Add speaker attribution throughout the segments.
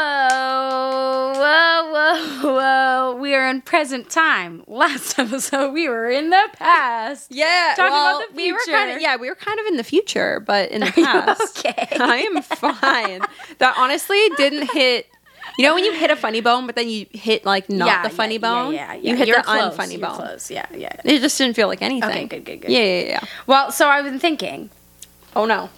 Speaker 1: Whoa, whoa, whoa, whoa. We are in present time. Last episode, we were in the past.
Speaker 2: Yeah,
Speaker 1: Talking about
Speaker 2: well,
Speaker 1: the
Speaker 2: We were kind
Speaker 1: future.
Speaker 2: of, yeah, we were kind of in the future, but in the
Speaker 1: you
Speaker 2: past.
Speaker 1: okay?
Speaker 2: I am fine. that honestly didn't hit. You know when you hit a funny bone, but then you hit like not
Speaker 1: Yeah,
Speaker 2: the
Speaker 1: yeah,
Speaker 2: funny
Speaker 1: yeah,
Speaker 2: bone.
Speaker 1: yeah, yeah.
Speaker 2: You hit
Speaker 1: You're
Speaker 2: the
Speaker 1: close,
Speaker 2: unfunny
Speaker 1: you're
Speaker 2: bone.
Speaker 1: Close. Yeah, yeah.
Speaker 2: It just didn't feel like anything.
Speaker 1: good, good, good.
Speaker 2: Yeah, yeah, yeah.
Speaker 1: Well, so I've been thinking
Speaker 2: Oh no.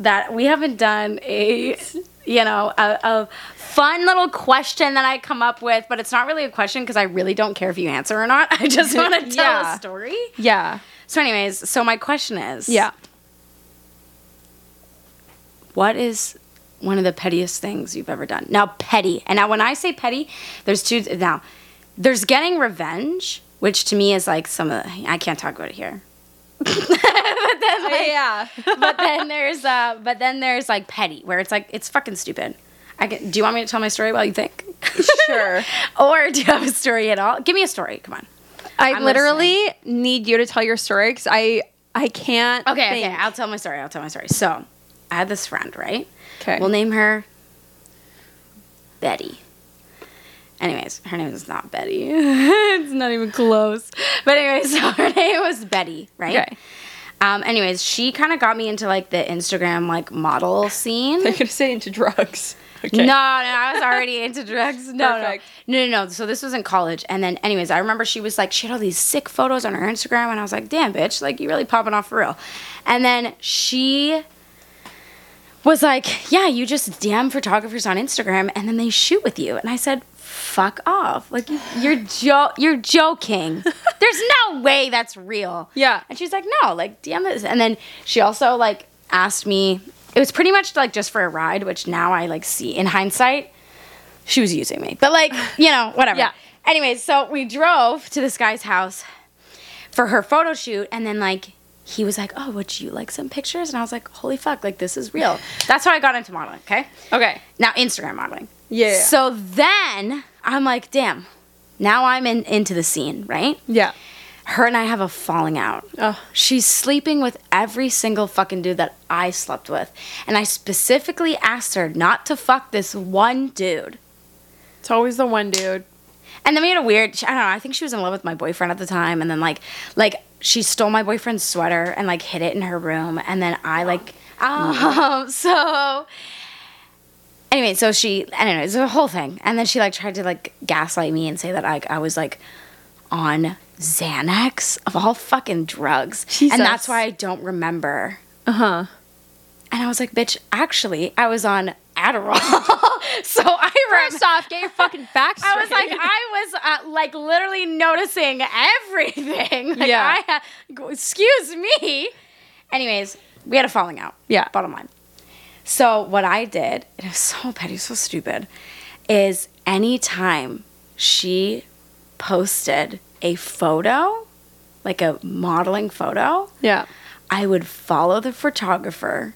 Speaker 1: that we haven't done a, you know, a, a fun little question that I come up with, but it's not really a question because I really don't care if you answer or not. I just want to tell
Speaker 2: Yeah.
Speaker 1: a story.
Speaker 2: Yeah.
Speaker 1: So, anyways, so my question is,
Speaker 2: Yeah.
Speaker 1: what is one of the pettiest things you've ever done? Now, petty. And now, when I say petty, there's two. Now, there's getting revenge, which to me is like some of the, I can't talk about it here.
Speaker 2: yeah.
Speaker 1: But then there's uh, but then there's like petty, where it's like it's fucking stupid. I can, do you want me to tell my story while you think,
Speaker 2: sure.
Speaker 1: or do you have a story at all? Give me a story. Come on.
Speaker 2: I
Speaker 1: I'm
Speaker 2: literally need you to tell your story because I I can't.
Speaker 1: Okay,
Speaker 2: think.
Speaker 1: okay. I'll tell my story. I'll tell my story. So, I had this friend, right?
Speaker 2: 'Kay.
Speaker 1: We'll name her Betty. Anyways, her name is not Betty. it's not even close. But anyways, so her name was Betty, right?
Speaker 2: Okay.
Speaker 1: Um, anyways, she kind of got me into like the Instagram like model scene.
Speaker 2: They're gonna say into drugs. Okay.
Speaker 1: No, no, I was already into drugs. No, no,
Speaker 2: Perfect.
Speaker 1: no, no, no. So this was in college, and then, anyways, I remember she was like, she had all these sick photos on her Instagram, and I was like, damn, bitch, like you really popping off for real. And then she was like, yeah, you just DM photographers on Instagram, and then they shoot with you. And I said, fuck off, like you- you're jo- you're joking. There's no way that's real.
Speaker 2: Yeah.
Speaker 1: And she's like, no, like DM this. And then she also like asked me. It was pretty much like just for a ride, which now I like see in hindsight, she was using me. But like, you know, whatever.
Speaker 2: Yeah.
Speaker 1: Anyways, so we drove to this guy's house for her photo shoot, and then like he was like, "Oh, would you like some pictures?" And I was like, "Holy fuck! Like this is real." That's how I got into modeling. Okay.
Speaker 2: Okay.
Speaker 1: Now Instagram modeling.
Speaker 2: Yeah.
Speaker 1: So then I'm like, "Damn." Now I'm in into the scene, right?
Speaker 2: Yeah.
Speaker 1: her and I have a falling out.
Speaker 2: Ugh.
Speaker 1: She's sleeping with every single fucking dude that I slept with. And I specifically asked her not to fuck this one dude.
Speaker 2: It's always the one dude.
Speaker 1: And then we had a weird I don't know, I think she was in love with my boyfriend at the time and then like like she stole my boyfriend's sweater and like hid it in her room and then I like
Speaker 2: Oh.
Speaker 1: um so anyway, so she I don't know, it's a whole thing. And then she like tried to like gaslight me and say that like I was like on Xanax of all fucking drugs.
Speaker 2: Jesus.
Speaker 1: And that's why I don't remember.
Speaker 2: Uh huh.
Speaker 1: And I was like, bitch, actually I was on Adderall. so I remember
Speaker 2: First off, get your fucking back straight.
Speaker 1: I was like, I was uh, like literally noticing everything. Like,
Speaker 2: Yeah.
Speaker 1: I ha- g- excuse me. Anyways, we had a falling out.
Speaker 2: Yeah.
Speaker 1: Bottom line. So what I did, and it was so petty, so stupid, is anytime she posted a photo, like a modeling photo,
Speaker 2: yeah.
Speaker 1: I would follow the photographer,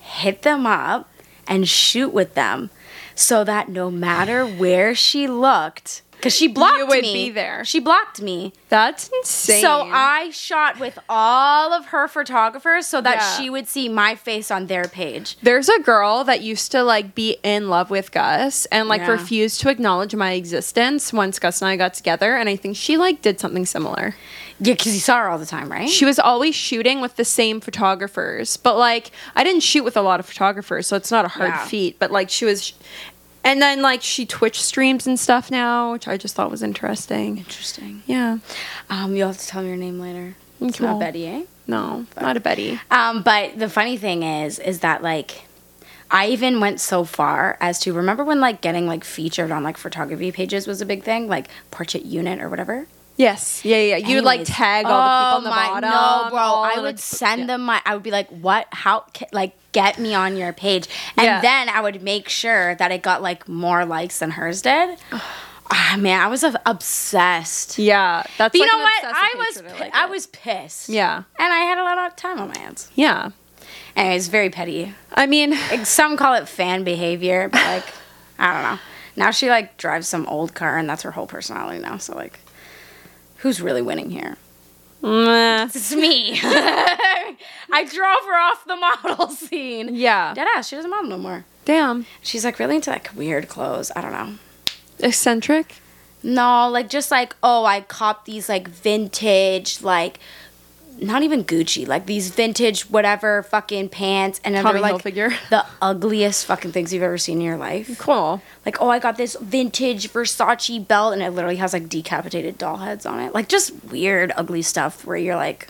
Speaker 1: hit them up, and shoot with them so that no matter where she looked, because she blocked
Speaker 2: would
Speaker 1: me.
Speaker 2: be there.
Speaker 1: She blocked me.
Speaker 2: That's insane.
Speaker 1: So I shot with all of her photographers so that
Speaker 2: Yeah.
Speaker 1: she would see my face on their page.
Speaker 2: There's a girl that used to like be in love with Gus and like
Speaker 1: Yeah.
Speaker 2: refused to acknowledge my existence once Gus and I got together and I think she like did something similar.
Speaker 1: Yeah, because you saw her all the time, right?
Speaker 2: She was always shooting with the same photographers, but like I didn't shoot with a lot of photographers, so it's not a hard
Speaker 1: Yeah.
Speaker 2: feat, but like she was and then like she Twitch streams and stuff now, which I just thought was interesting.
Speaker 1: Interesting.
Speaker 2: Yeah.
Speaker 1: Um, you'll have to tell me your name later. It's
Speaker 2: Cool.
Speaker 1: not Betty, eh?
Speaker 2: No, not a Betty.
Speaker 1: Um, but the funny thing is, is that like, I even went so far as to remember when like getting like featured on like photography pages was a big thing, like portrait unit or whatever.
Speaker 2: Yes. Yeah, yeah. yeah. You would like
Speaker 1: Anyways. Oh
Speaker 2: tag all the people on the
Speaker 1: my,
Speaker 2: bottom.
Speaker 1: No, bro,
Speaker 2: all
Speaker 1: I
Speaker 2: in a
Speaker 1: would
Speaker 2: t-
Speaker 1: send
Speaker 2: yeah.
Speaker 1: them my. I would be like, what? How? ca- Like, get me on your page, and
Speaker 2: Yeah.
Speaker 1: then I would make sure that it got like more likes than hers did. Ah, man, I was uh, obsessed.
Speaker 2: Yeah, that's
Speaker 1: But you
Speaker 2: like
Speaker 1: know
Speaker 2: an
Speaker 1: what?
Speaker 2: obsessive
Speaker 1: I was
Speaker 2: hatred,
Speaker 1: pi-
Speaker 2: like
Speaker 1: I
Speaker 2: it.
Speaker 1: was pissed.
Speaker 2: Yeah.
Speaker 1: and I had a lot of time on my hands.
Speaker 2: yeah.
Speaker 1: Anyways, very petty.
Speaker 2: I mean,
Speaker 1: Like, some call it fan behavior, but like I don't know. Now she like drives some old car and that's her whole personality now. So like who's really winning here?
Speaker 2: meh.
Speaker 1: It's me. I drove her off the model scene.
Speaker 2: yeah.
Speaker 1: Deadass, she doesn't model no more.
Speaker 2: Damn.
Speaker 1: She's like really into like weird clothes. I don't know.
Speaker 2: Eccentric?
Speaker 1: No, like just like oh, I cop these like vintage like not even Gucci, like these vintage whatever fucking pants, and then
Speaker 2: Tommy
Speaker 1: they're like
Speaker 2: Hilfiger.
Speaker 1: the ugliest fucking things you've ever seen in your life.
Speaker 2: Cool.
Speaker 1: Like oh, I got this vintage Versace belt, and it literally has like decapitated doll heads on it. Like just weird, ugly stuff where you're like,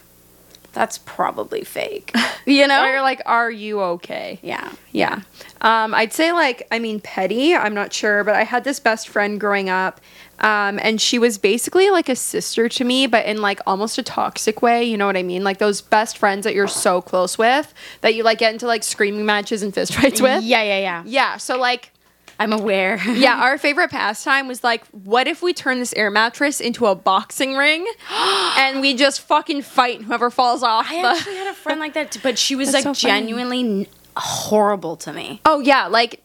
Speaker 1: that's probably fake, you
Speaker 2: Or
Speaker 1: know?
Speaker 2: you're like, are you okay?
Speaker 1: yeah.
Speaker 2: Yeah. Um, I'd say, like, I mean, petty, I'm not sure, but I had this best friend growing up, um, and she was basically like a sister to me, but in like almost a toxic way. You know what I mean? Like those best friends that you're so close with that you like get into like screaming matches and fist fights with.
Speaker 1: Yeah, yeah, yeah.
Speaker 2: Yeah. So, like,
Speaker 1: I'm aware.
Speaker 2: yeah, our favorite pastime was like, what if we turn this air mattress into a boxing ring and we just fucking fight and whoever falls off?
Speaker 1: I
Speaker 2: the-
Speaker 1: actually had a friend like that, but she was
Speaker 2: That's
Speaker 1: like
Speaker 2: so funny.
Speaker 1: genuinely n- horrible to me.
Speaker 2: Oh yeah, like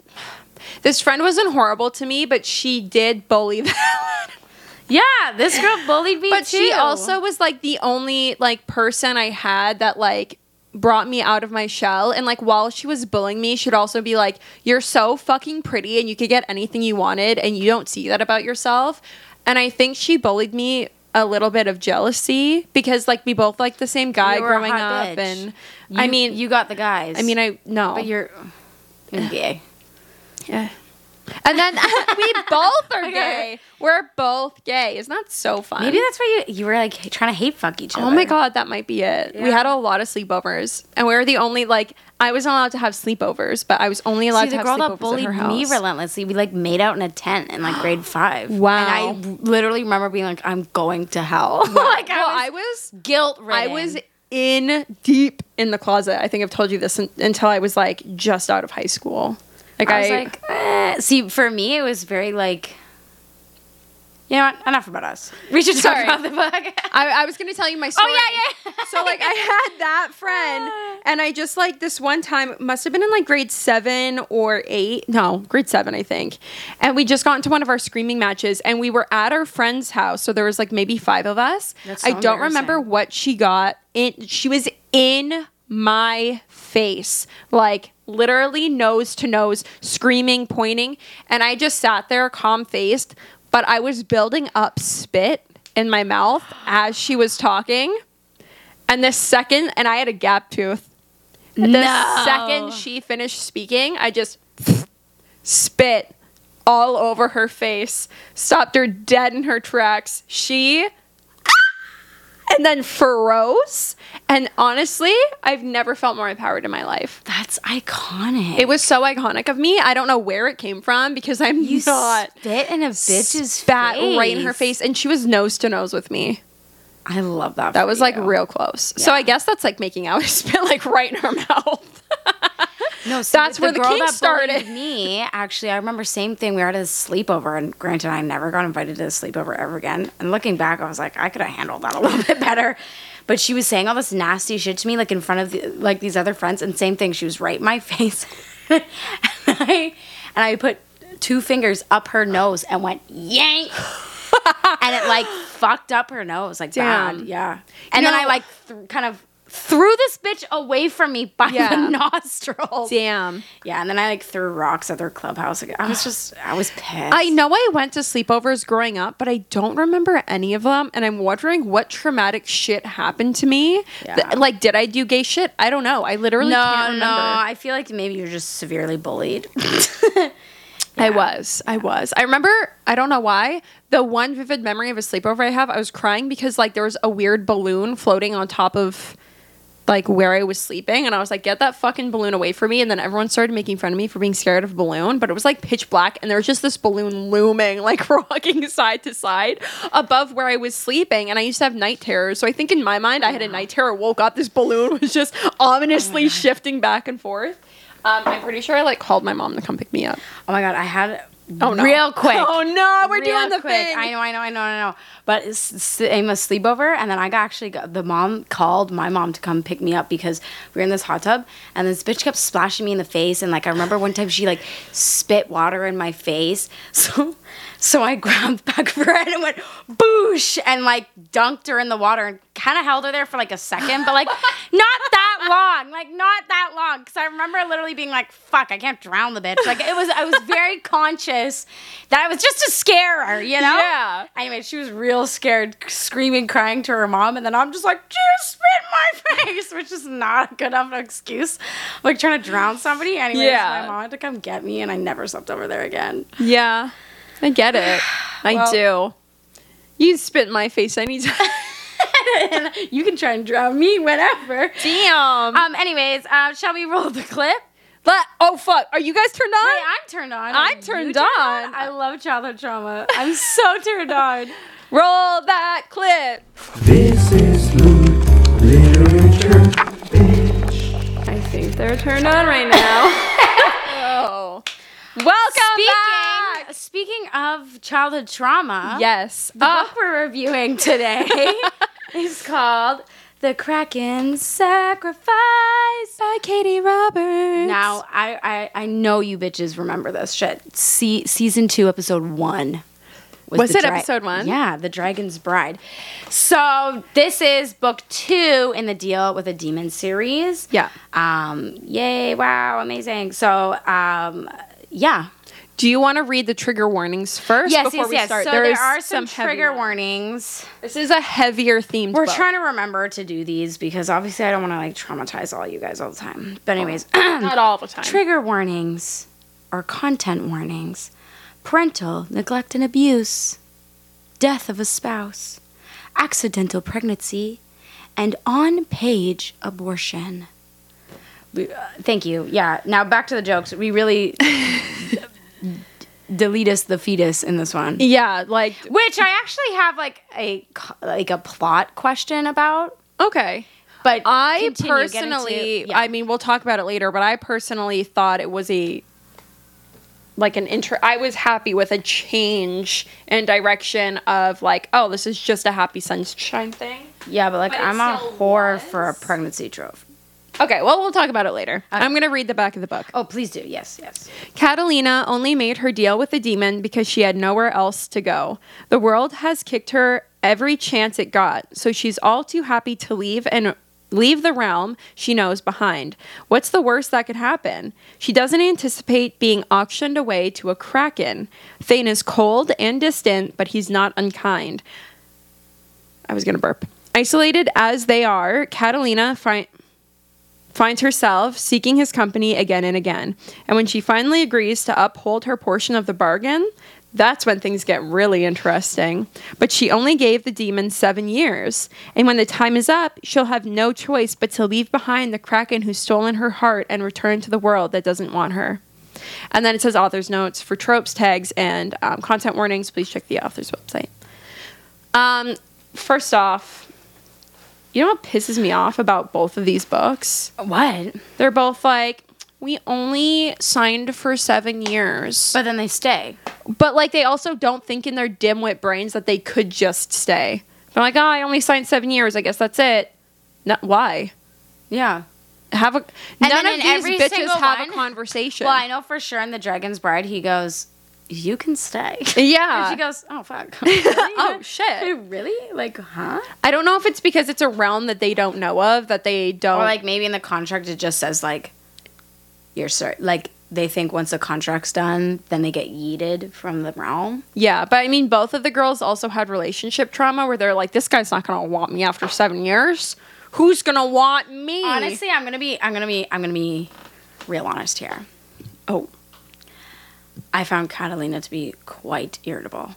Speaker 2: this friend wasn't horrible to me, but she did bully them.
Speaker 1: Yeah, this girl bullied me
Speaker 2: but
Speaker 1: too.
Speaker 2: she also was like the only like person I had that like brought me out of my shell and like while she was bullying me she'd also be like you're so fucking pretty and you could get anything you wanted and you don't see that about yourself and i think she bullied me a little bit of jealousy because like we both liked the same guy
Speaker 1: You were a
Speaker 2: growing
Speaker 1: hot bitch.
Speaker 2: up and
Speaker 1: You-
Speaker 2: i mean
Speaker 1: you got the guys.
Speaker 2: i mean i no
Speaker 1: but you're, you're gay.
Speaker 2: Yeah. And then we both are gay. We're both gay. Isn't that so fun?
Speaker 1: Maybe that's why you you were like h- trying to hate fuck each other.
Speaker 2: Oh my god, that might be it. We
Speaker 1: Yeah.
Speaker 2: had a lot of sleepovers, and we were the only like I wasn't allowed to have sleepovers, but I was only allowed
Speaker 1: See,
Speaker 2: to
Speaker 1: the
Speaker 2: have
Speaker 1: girl
Speaker 2: sleepovers
Speaker 1: that
Speaker 2: at
Speaker 1: bullied
Speaker 2: her
Speaker 1: me
Speaker 2: house.
Speaker 1: relentlessly, we like made out in a tent in like grade five.
Speaker 2: Wow.
Speaker 1: And I w- literally remember being like, I'm going to hell. like,
Speaker 2: No,
Speaker 1: I
Speaker 2: I
Speaker 1: was
Speaker 2: was
Speaker 1: guilt
Speaker 2: I
Speaker 1: ridden.
Speaker 2: was in deep in the closet. I think I've told you this un- until I was like just out of high school. Like
Speaker 1: I
Speaker 2: I,
Speaker 1: was like, eh. see, for me, it was very like, you know what? Enough about us. We should
Speaker 2: Sorry.
Speaker 1: talk about the book.
Speaker 2: I, I was gonna tell you my story.
Speaker 1: Oh, yeah, yeah.
Speaker 2: so like I had that friend, and I just like this one time must have been in like grade seven or eight, no, grade seven I think, and we just got into one of our screaming matches, and we were at our friend's house, so there was like maybe five of us.
Speaker 1: That's so
Speaker 2: I don't remember
Speaker 1: embarrassing.
Speaker 2: what she got. It she was in my face, like literally nose to nose, screaming, pointing, and I just sat there calm faced, but I was building up spit in my mouth as she was talking. And the second, and I had a gap tooth. The
Speaker 1: No.
Speaker 2: second she finished speaking, I just spit all over her face, stopped her dead in her tracks. She and then froze. And honestly, I've never felt more empowered in my life.
Speaker 1: That's iconic.
Speaker 2: It was so iconic of me. I don't know where it came from because I'm
Speaker 1: you
Speaker 2: not
Speaker 1: spit in a bitch's
Speaker 2: spat
Speaker 1: face.
Speaker 2: right in her face, and she was nose to nose with me.
Speaker 1: I love that.
Speaker 2: That
Speaker 1: for
Speaker 2: was like
Speaker 1: you.
Speaker 2: real close. So
Speaker 1: Yeah.
Speaker 2: I guess that's like making out. I spit like right in her mouth.
Speaker 1: No, see,
Speaker 2: That's
Speaker 1: with
Speaker 2: where the
Speaker 1: girl
Speaker 2: kink
Speaker 1: that bullied
Speaker 2: started.
Speaker 1: Me actually, I remember same thing. We were at a sleepover, and granted, I never got invited to a sleepover ever again. And looking back, I was like, I could have handled that a little bit better. But she was saying all this nasty shit to me, like in front of the, like these other friends, and same thing. She was right in my face, and I and I put two fingers up her nose and went yank, and it like fucked up her nose, like
Speaker 2: Damn.
Speaker 1: bad, yeah. And then
Speaker 2: know-
Speaker 1: I like th- kind of threw this bitch away from me by
Speaker 2: Yeah.
Speaker 1: the nostrils.
Speaker 2: Damn.
Speaker 1: Yeah, and then I like threw rocks at their clubhouse. Like, I was just, I was pissed.
Speaker 2: I know I went to sleepovers growing up, but I don't remember any of them. And I'm wondering what traumatic shit happened to me. Th-
Speaker 1: Yeah.
Speaker 2: like, did I do gay shit? I don't know. I literally
Speaker 1: no,
Speaker 2: can't remember.
Speaker 1: no. I feel like maybe you're just severely bullied.
Speaker 2: I was. I was. I remember, I don't know why, the one vivid memory of a sleepover I have, I was crying because like there was a weird balloon floating on top of like where I was sleeping and I was like, get that fucking balloon away from me. And then everyone started making fun of me for being scared of a balloon, but it was like pitch black and there was just this balloon looming, like rocking side to side above where I was sleeping. And I used to have night terrors. So I think in my mind I had a night terror, woke up, this balloon was just ominously shifting back and forth. Um, I'm pretty sure I like called my mom to come pick me up.
Speaker 1: Oh my god, I had
Speaker 2: Oh, no.
Speaker 1: real quick.
Speaker 2: Oh, no, we're
Speaker 1: Real
Speaker 2: doing the
Speaker 1: quick.
Speaker 2: thing.
Speaker 1: I know, I know, I know, I know. But it's, it's a sleepover, and then I got actually got, the mom called my mom to come pick me up because we were in this hot tub, and this bitch kept splashing me in the face, and like I remember one time she like spit water in my face, so so I grabbed the back of her head and went boosh, and like dunked her in the water and kind of held her there for like a second, but like not that long, like not that long, because I remember literally being like, "Fuck, I can't drown the bitch." Like it was, I was very conscious that I was just to scare her, you know.
Speaker 2: Yeah.
Speaker 1: Anyway, she was real scared, screaming, crying to her mom, and then I'm just like, "Just spit in my face," which is not a good enough excuse. Like trying to drown somebody. Anyway,
Speaker 2: Yeah.
Speaker 1: my mom had to come get me, and I never slept over there again.
Speaker 2: Yeah, I get it. I do. You can spit in my face anytime.
Speaker 1: And you can try and drown me whenever.
Speaker 2: Damn.
Speaker 1: Um. Anyways, uh, shall we roll the clip?
Speaker 2: Let, oh fuck. Are you guys turned
Speaker 1: Wait,
Speaker 2: on?
Speaker 1: I'm turned on.
Speaker 2: I'm
Speaker 1: You
Speaker 2: turned on.
Speaker 1: I love childhood trauma. I'm so turned on.
Speaker 2: Roll that clip.
Speaker 3: This is Loot Literature, bitch.
Speaker 2: I think they're turned on right now. oh. Welcome
Speaker 1: Speaking,
Speaker 2: back.
Speaker 1: speaking of childhood trauma,
Speaker 2: Yes.
Speaker 1: the
Speaker 2: Uh,
Speaker 1: book we're reviewing today is called The Kraken Sacrifice.
Speaker 2: by Katie Roberts.
Speaker 1: Now, I, I, I know you bitches remember this shit. See, season two, episode one.
Speaker 2: Was
Speaker 1: the
Speaker 2: it episode one?
Speaker 1: Yeah, The Dragon's Bride. So, this is book two in the Deal with a Demon series.
Speaker 2: Yeah.
Speaker 1: Um, yay, wow, amazing. So, um, yeah.
Speaker 2: Do you want to read the trigger warnings first?
Speaker 1: Yes,
Speaker 2: before
Speaker 1: yes,
Speaker 2: we
Speaker 1: yes.
Speaker 2: Start?
Speaker 1: So there,
Speaker 2: is
Speaker 1: are some,
Speaker 2: heavy
Speaker 1: trigger
Speaker 2: ones.
Speaker 1: warnings.
Speaker 2: This is a heavier themed.
Speaker 1: We're
Speaker 2: book.
Speaker 1: trying to remember to do these because obviously I don't want to like traumatize all you guys all the time. But anyways,
Speaker 2: not all the time.
Speaker 1: trigger warnings or content warnings, parental neglect and abuse, death of a spouse, accidental pregnancy, and on-page abortion. We, uh, thank you. Yeah. Now back to the jokes. We really delete us the fetus in this one.
Speaker 2: yeah, like
Speaker 1: Which I actually have like a co- like a plot question about,
Speaker 2: okay.
Speaker 1: but
Speaker 2: I
Speaker 1: continue, get into-
Speaker 2: personally,
Speaker 1: yeah.
Speaker 2: I mean, we'll talk about it later, but I personally thought it was a like an intro. I was happy with a change in direction of like, oh, this is just a happy sunshine thing.
Speaker 1: yeah, but like
Speaker 2: but it
Speaker 1: I'm a
Speaker 2: still
Speaker 1: whore for a
Speaker 2: was.
Speaker 1: pregnancy trope.
Speaker 2: Okay, well, we'll talk about it later. I'm gonna read the back of the book.
Speaker 1: Oh, please do. Yes, yes.
Speaker 2: Catalina only made her deal with the demon because she had nowhere else to go. The world has kicked her every chance it got, so she's all too happy to leave and leave the realm she knows behind. What's the worst that could happen? She doesn't anticipate being auctioned away to a kraken. Thane is cold and distant, but he's not unkind. I was going to burp. Isolated as they are, Catalina finds finds herself seeking his company again and again. And when she finally agrees to uphold her portion of the bargain, that's when things get really interesting. But she only gave the demon seven years. And when the time is up, she'll have no choice but to leave behind the kraken who's stolen her heart and return to the world that doesn't want her. And then it says author's notes for tropes, tags, and um, content warnings. Please check the author's website. Um, first off, you know what pisses me off about both of these books?
Speaker 1: What?
Speaker 2: They're both like, we only signed for seven years.
Speaker 1: But then they stay.
Speaker 2: But, like, they also don't think in their dimwit brains that they could just stay. They're like, oh, I only signed seven years. I guess that's it. No, why?
Speaker 1: Yeah.
Speaker 2: Have a
Speaker 1: And then
Speaker 2: none of
Speaker 1: in
Speaker 2: these
Speaker 1: every
Speaker 2: bitches
Speaker 1: single
Speaker 2: have
Speaker 1: one-
Speaker 2: a conversation.
Speaker 1: Well, I know for sure in the Dragon's Bride, he goes, "You can stay."
Speaker 2: yeah.
Speaker 1: And she goes, "Oh fuck." Really?
Speaker 2: oh shit!
Speaker 1: really? Like, huh?
Speaker 2: I don't know if it's because it's a realm that they don't know of that they don't
Speaker 1: Or like maybe in the contract it just says like, "You're sir." Like they think once the contract's done, then they get yeeted from the realm.
Speaker 2: Yeah, but I mean, both of the girls also had relationship trauma where they're like, "This guy's not gonna want me after seven years. Who's gonna want me?"
Speaker 1: Honestly, I'm gonna be, I'm gonna be, I'm gonna be real honest here.
Speaker 2: oh,
Speaker 1: I found Catalina to be quite irritable.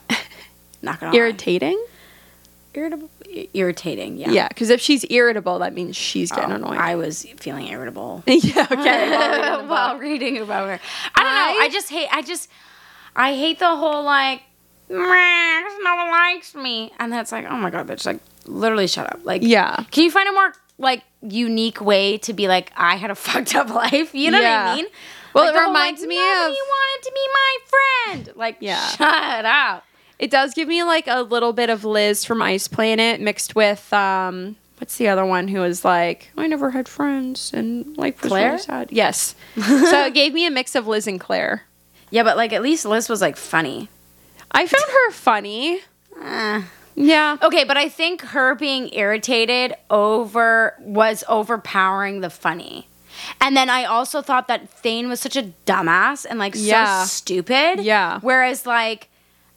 Speaker 1: Not gonna
Speaker 2: irritating.
Speaker 1: lie. irritable, i- irritating. Yeah.
Speaker 2: Yeah, because if she's irritable, that means she's
Speaker 1: Oh,
Speaker 2: getting annoyed.
Speaker 1: I was feeling irritable
Speaker 2: yeah, okay.
Speaker 1: while reading about her. I don't know.
Speaker 2: I-
Speaker 1: I just hate. I just, I hate the whole like, "Meh, no one likes me, and that's like, oh my god, bitch, like, literally, shut up. Like,
Speaker 2: yeah,
Speaker 1: Can you find a more like unique way to be like, I had a fucked up life? You know what
Speaker 2: Yeah.
Speaker 1: I mean?
Speaker 2: Well,
Speaker 1: Like,
Speaker 2: it
Speaker 1: the whole,
Speaker 2: reminds
Speaker 1: like,
Speaker 2: me
Speaker 1: nobody
Speaker 2: of-
Speaker 1: wanted to be my friend. Like,
Speaker 2: Yeah.
Speaker 1: shut up.
Speaker 2: it does give me like a little bit of Liz from Ice Planet mixed with um, what's the other one who was like, "I never had friends," and like was really
Speaker 1: Claire?
Speaker 2: sad. Yes, so it gave me a mix of Liz and Claire.
Speaker 1: Yeah, but like at least Liz was like funny.
Speaker 2: I found her funny. Oh,
Speaker 1: Eh,
Speaker 2: Yeah.
Speaker 1: Okay, but I think her being irritated over was overpowering the funny. And then I also thought that Thane was such a dumbass and like
Speaker 2: Yeah.
Speaker 1: so stupid.
Speaker 2: Yeah.
Speaker 1: Whereas like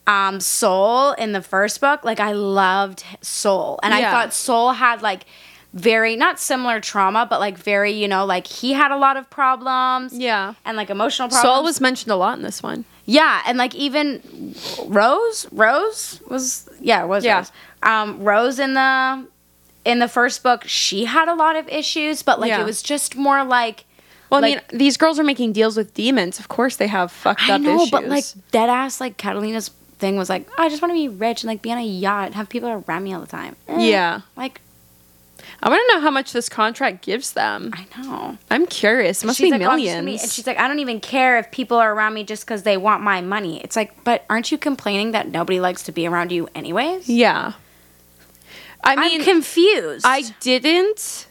Speaker 1: um Soul in the first book, like I loved Soul. And
Speaker 2: Yeah.
Speaker 1: I thought Soul had like very not similar trauma, but like very, you know, like he had a lot of problems.
Speaker 2: Yeah.
Speaker 1: And like emotional problems.
Speaker 2: Saul was mentioned a lot in this one.
Speaker 1: Yeah, and like even Rose, Rose was yeah, it was
Speaker 2: Yeah.
Speaker 1: Rose. Um, Rose in the in the first book, she had a lot of issues, but like
Speaker 2: Yeah.
Speaker 1: it was just more like
Speaker 2: Well, I
Speaker 1: Like-
Speaker 2: mean, these girls are making deals with demons. Of course, they have fucked
Speaker 1: I
Speaker 2: up
Speaker 1: know,
Speaker 2: issues.
Speaker 1: but like dead ass like Catalina's thing was like, I just want to be rich and like be on a yacht and have people around me all the time. Eh,
Speaker 2: yeah,
Speaker 1: like
Speaker 2: I want to know how much this contract gives them.
Speaker 1: I know.
Speaker 2: I'm curious. It must be
Speaker 1: like, "Oh, I'm just gonna
Speaker 2: millions.
Speaker 1: and she's like, I don't even care if people are around me just because they want my money. It's like, but aren't you complaining that nobody likes to be around you anyways?
Speaker 2: yeah. I mean,
Speaker 1: I'm confused.
Speaker 2: I didn't.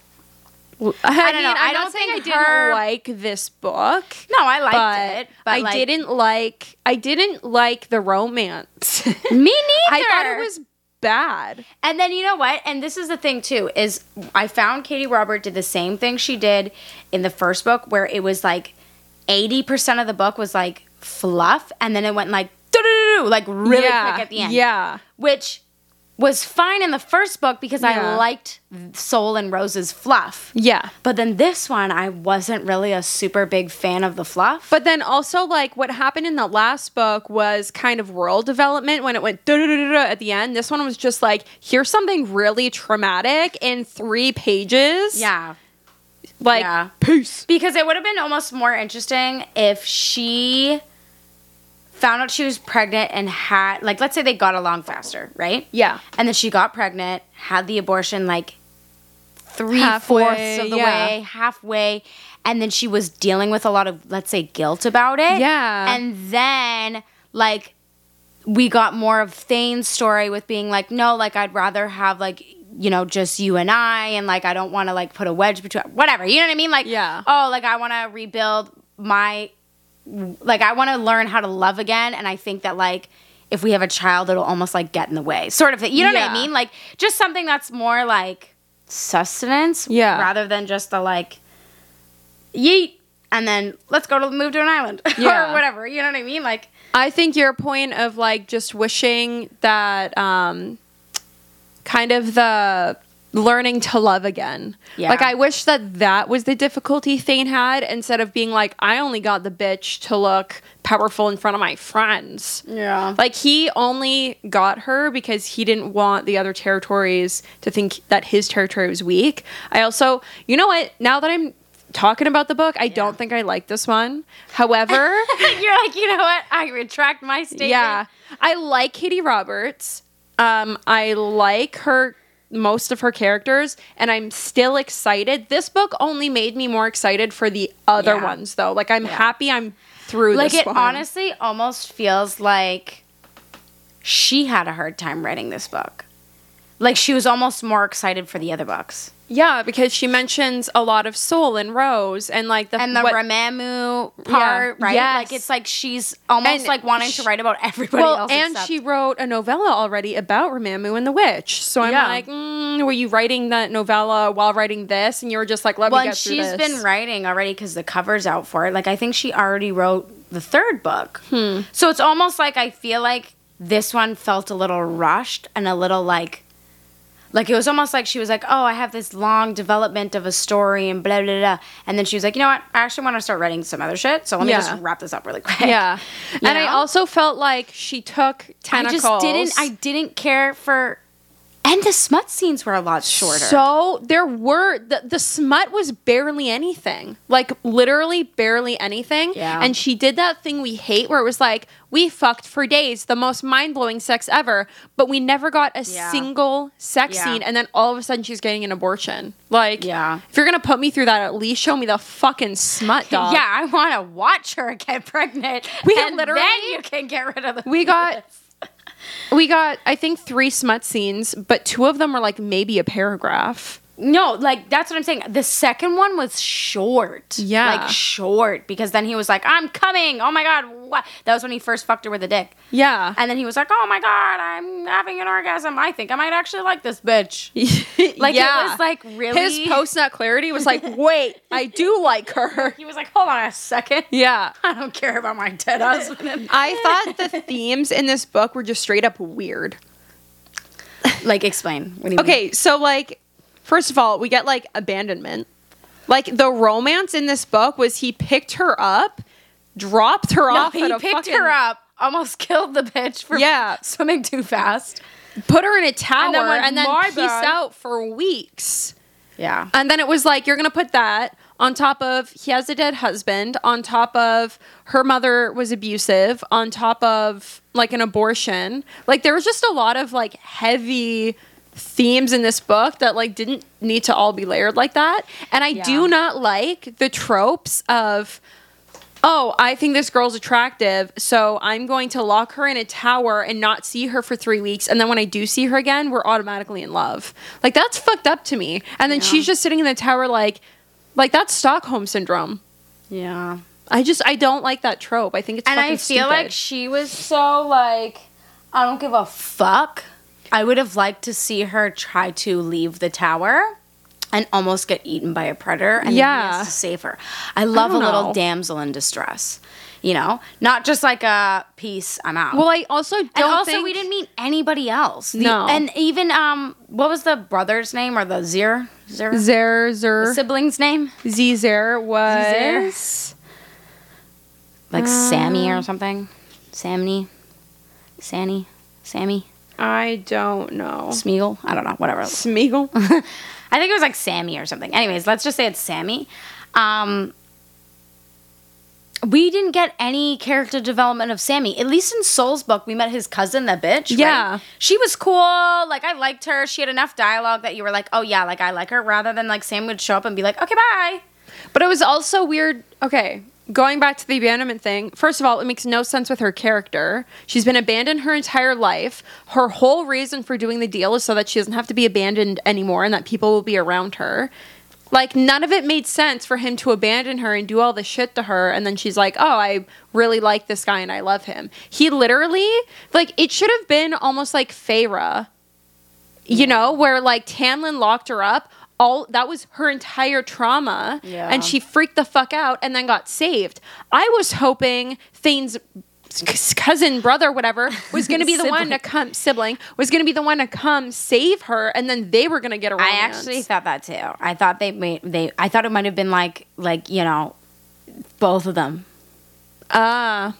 Speaker 2: I,
Speaker 1: don't
Speaker 2: mean,
Speaker 1: know.
Speaker 2: I'm
Speaker 1: I
Speaker 2: not
Speaker 1: don't
Speaker 2: saying I
Speaker 1: think
Speaker 2: didn't
Speaker 1: her-
Speaker 2: like this book,
Speaker 1: no, I liked
Speaker 2: but,
Speaker 1: it, but
Speaker 2: I
Speaker 1: like,
Speaker 2: didn't like. I didn't like the romance.
Speaker 1: Me neither.
Speaker 2: I thought it was bad.
Speaker 1: And then you know what? And this is the thing too is I found Katie Robert did the same thing she did in the first book, where it was like eighty percent of the book was like fluff, and then it went like doo-doo-doo-doo, like really
Speaker 2: yeah,
Speaker 1: quick at the end.
Speaker 2: Yeah.
Speaker 1: which was fine in the first book because
Speaker 2: Yeah.
Speaker 1: I liked Soul and Rose's fluff.
Speaker 2: Yeah.
Speaker 1: But then this one, I wasn't really a super big fan of the fluff.
Speaker 2: But then also, like, what happened in the last book was kind of world development when it went duh, duh, duh, duh, duh at the end. This one was just like, here's something really traumatic in three pages.
Speaker 1: yeah,
Speaker 2: Like,
Speaker 1: Yeah.
Speaker 2: peace.
Speaker 1: Because it would have been almost more interesting if she found out she was pregnant and had, like, let's say they got along faster, right?
Speaker 2: Yeah.
Speaker 1: And then she got pregnant, had the abortion like three
Speaker 2: Halfway,
Speaker 1: fourths of the
Speaker 2: yeah.
Speaker 1: way, halfway. And then she was dealing with a lot of, let's say, guilt about it.
Speaker 2: Yeah.
Speaker 1: And then, like, we got more of Thane's story with being like, no, like, I'd rather have, like, you know, just you and I, and like, I don't want to, like, put a wedge between whatever. You know what I mean? Like,
Speaker 2: Yeah.
Speaker 1: oh, like, I want to rebuild my, like, I want to learn how to love again. And I think that, like, if we have a child, it'll almost like get in the way, sort of thing. You know what
Speaker 2: Yeah.
Speaker 1: I mean? Like, just something that's more like sustenance
Speaker 2: Yeah.
Speaker 1: rather than just the like, yeet, and then let's go to move to an island
Speaker 2: Yeah.
Speaker 1: or whatever. You know what I mean? Like,
Speaker 2: I think your point of like just wishing that um kind of the learning to love again.
Speaker 1: Yeah.
Speaker 2: Like I wish that that was the difficulty Thane had instead of being like I only got the bitch to look powerful in front of my friends.
Speaker 1: yeah.
Speaker 2: Like he only got her because he didn't want the other territories to think that his territory was weak. I also, you know what? Now that I'm talking about the book, I don't think I like this one. However,
Speaker 1: You're like, you know what? I retract my statement.
Speaker 2: yeah, I like Katie Roberts. Um, I like her most of her characters, and I'm still excited. This book only made me more excited for the other
Speaker 1: Yeah.
Speaker 2: ones, though. Like I'm
Speaker 1: Yeah.
Speaker 2: happy I'm through.
Speaker 1: Like,
Speaker 2: this
Speaker 1: it
Speaker 2: one.
Speaker 1: honestly almost feels like she had a hard time writing this book. Like, she was almost more excited for the other books.
Speaker 2: yeah, because she mentions a lot of Soul and Rose, and like the
Speaker 1: and the
Speaker 2: what-
Speaker 1: Ramamu part,
Speaker 2: Yeah.
Speaker 1: right?
Speaker 2: Yes.
Speaker 1: Like it's like she's almost
Speaker 2: And
Speaker 1: like wanting
Speaker 2: sh-
Speaker 1: to write about everybody
Speaker 2: well,
Speaker 1: else.
Speaker 2: and
Speaker 1: except-
Speaker 2: she wrote a novella already about Ramamu and the witch. So I'm
Speaker 1: Yeah.
Speaker 2: like, mm, were you writing that novella while writing this? And you were just like, let
Speaker 1: well,
Speaker 2: me
Speaker 1: and
Speaker 2: get through
Speaker 1: she's
Speaker 2: this.
Speaker 1: been writing already because the cover's out for it. Like I think she already wrote the third book,
Speaker 2: Hmm.
Speaker 1: so it's almost like I feel like this one felt a little rushed and a little like. Like it was almost like she was like, "Oh, I have this long development of a story and blah blah blah," and then she was like, "You know what? I actually want to start writing some other shit, so let me
Speaker 2: Yeah.
Speaker 1: just wrap this up really quick."
Speaker 2: Yeah.
Speaker 1: You
Speaker 2: and I
Speaker 1: know?
Speaker 2: also felt like she took tentacles.
Speaker 1: I just didn't. I didn't care for. And the smut scenes were a lot shorter.
Speaker 2: So there were the, the smut was barely anything. Like literally barely anything.
Speaker 1: Yeah.
Speaker 2: And she did that thing we hate where it was like, we fucked for days, the most mind blowing sex ever, but we never got a
Speaker 1: Yeah.
Speaker 2: single sex
Speaker 1: Yeah.
Speaker 2: scene and then all of a sudden she's getting an abortion. Like
Speaker 1: Yeah.
Speaker 2: if you're gonna put me through that, at least show me the fucking smut dog.
Speaker 1: yeah, I want to watch her get pregnant.
Speaker 2: We
Speaker 1: and
Speaker 2: literally-
Speaker 1: then you can get rid of the.
Speaker 2: We got we got I think three smut scenes, but two of them were like maybe a paragraph.
Speaker 1: No, like that's what I'm saying. The second one was short.
Speaker 2: Yeah.
Speaker 1: Like short because then he was like, "I'm coming." Oh my god, what? That was when he first fucked her with a dick.
Speaker 2: Yeah.
Speaker 1: And then he was like, "Oh my god, I'm having an orgasm. I think I might actually like this bitch." Like, it was, like, really-
Speaker 2: his post nut clarity was like, wait, I do like her.
Speaker 1: He was like, "Hold on a second.
Speaker 2: Yeah.
Speaker 1: I don't care about my dead husband."
Speaker 2: I thought the themes in this book were just straight up weird.
Speaker 1: like explain. What do you mean?
Speaker 2: Okay, so like, first of all, we get like abandonment. Like the romance in this book was he picked her up, dropped her
Speaker 1: No,
Speaker 2: off.
Speaker 1: he
Speaker 2: at a
Speaker 1: picked
Speaker 2: fucking-
Speaker 1: her up, almost killed the bitch for
Speaker 2: Yeah.
Speaker 1: swimming too fast.
Speaker 2: put her in a tower, and
Speaker 1: then
Speaker 2: then,
Speaker 1: went, "My
Speaker 2: peace
Speaker 1: bad."
Speaker 2: out for weeks.
Speaker 1: Yeah.
Speaker 2: And then it was like, you're going to put that on top of he has a dead husband, on top of her mother was abusive, on top of like an abortion. Like there was just a lot of like heavy themes in this book that like didn't need to all be layered like that. And I
Speaker 1: Yeah.
Speaker 2: do not like the tropes of oh, I think this girl's attractive, so I'm going to lock her in a tower and not see her for three weeks. And then when I do see her again, we're automatically in love. Like that's fucked up to me. And then she's just sitting in the tower, like, like that's Stockholm syndrome.
Speaker 1: Yeah.
Speaker 2: I just I don't like that trope. I think it's
Speaker 1: and I
Speaker 2: fucking
Speaker 1: feel like
Speaker 2: stupid.
Speaker 1: she was so like, I don't give a fuck. I would have liked to see her try to leave the tower and almost get eaten by a predator, and yeah,
Speaker 2: Yeah.
Speaker 1: to save her. I love a
Speaker 2: don't
Speaker 1: little
Speaker 2: know.
Speaker 1: damsel in distress, you know, not just like a peace. I'm out.
Speaker 2: well, I also don't
Speaker 1: and also
Speaker 2: think
Speaker 1: we didn't meet anybody else. The-
Speaker 2: No.
Speaker 1: and even um, what was the brother's name or the Zir Zir
Speaker 2: Zer Zer
Speaker 1: sibling's name?
Speaker 2: Z Zer was
Speaker 1: Like Sammy
Speaker 2: Um.
Speaker 1: or something, Sammy, Sanny, Sammy.
Speaker 2: I don't know
Speaker 1: Smeagol? I don't know, whatever.
Speaker 2: Smeagol.
Speaker 1: I think it was like Sammy or something. Anyways, let's just say it's Sammy. Um, we didn't get any character development of Sammy. At least in Soul's book, we met his cousin, that bitch. right?
Speaker 2: Yeah.
Speaker 1: She was cool. Like, I liked her. She had enough dialogue that you were like, oh, yeah, like, I like her, rather than like Sam would show up and be like, okay, bye.
Speaker 2: But it was also weird. Okay, going back to the abandonment thing. First of all, it makes no sense with her character. She's been abandoned her entire life. Her whole reason for doing the deal is so that she doesn't have to be abandoned anymore and that people will be around her. Like none of it made sense for him to abandon her and do all this shit to her and then she's like, "Oh, I really like this guy and I love him." He literally like it should have been almost like Feyre you know, where like Tamlin locked her up. All that was her entire trauma,
Speaker 1: Yeah.
Speaker 2: and she freaked the fuck out and then got saved. I was hoping Thane's c- cousin, brother, whatever, was going to be the one to come. Sibling was going to be the one to come save her, and then they were going to get a romance.
Speaker 1: I actually thought that too. I thought they made, they, I thought it might have been like, like, you know, both of them.
Speaker 2: ah,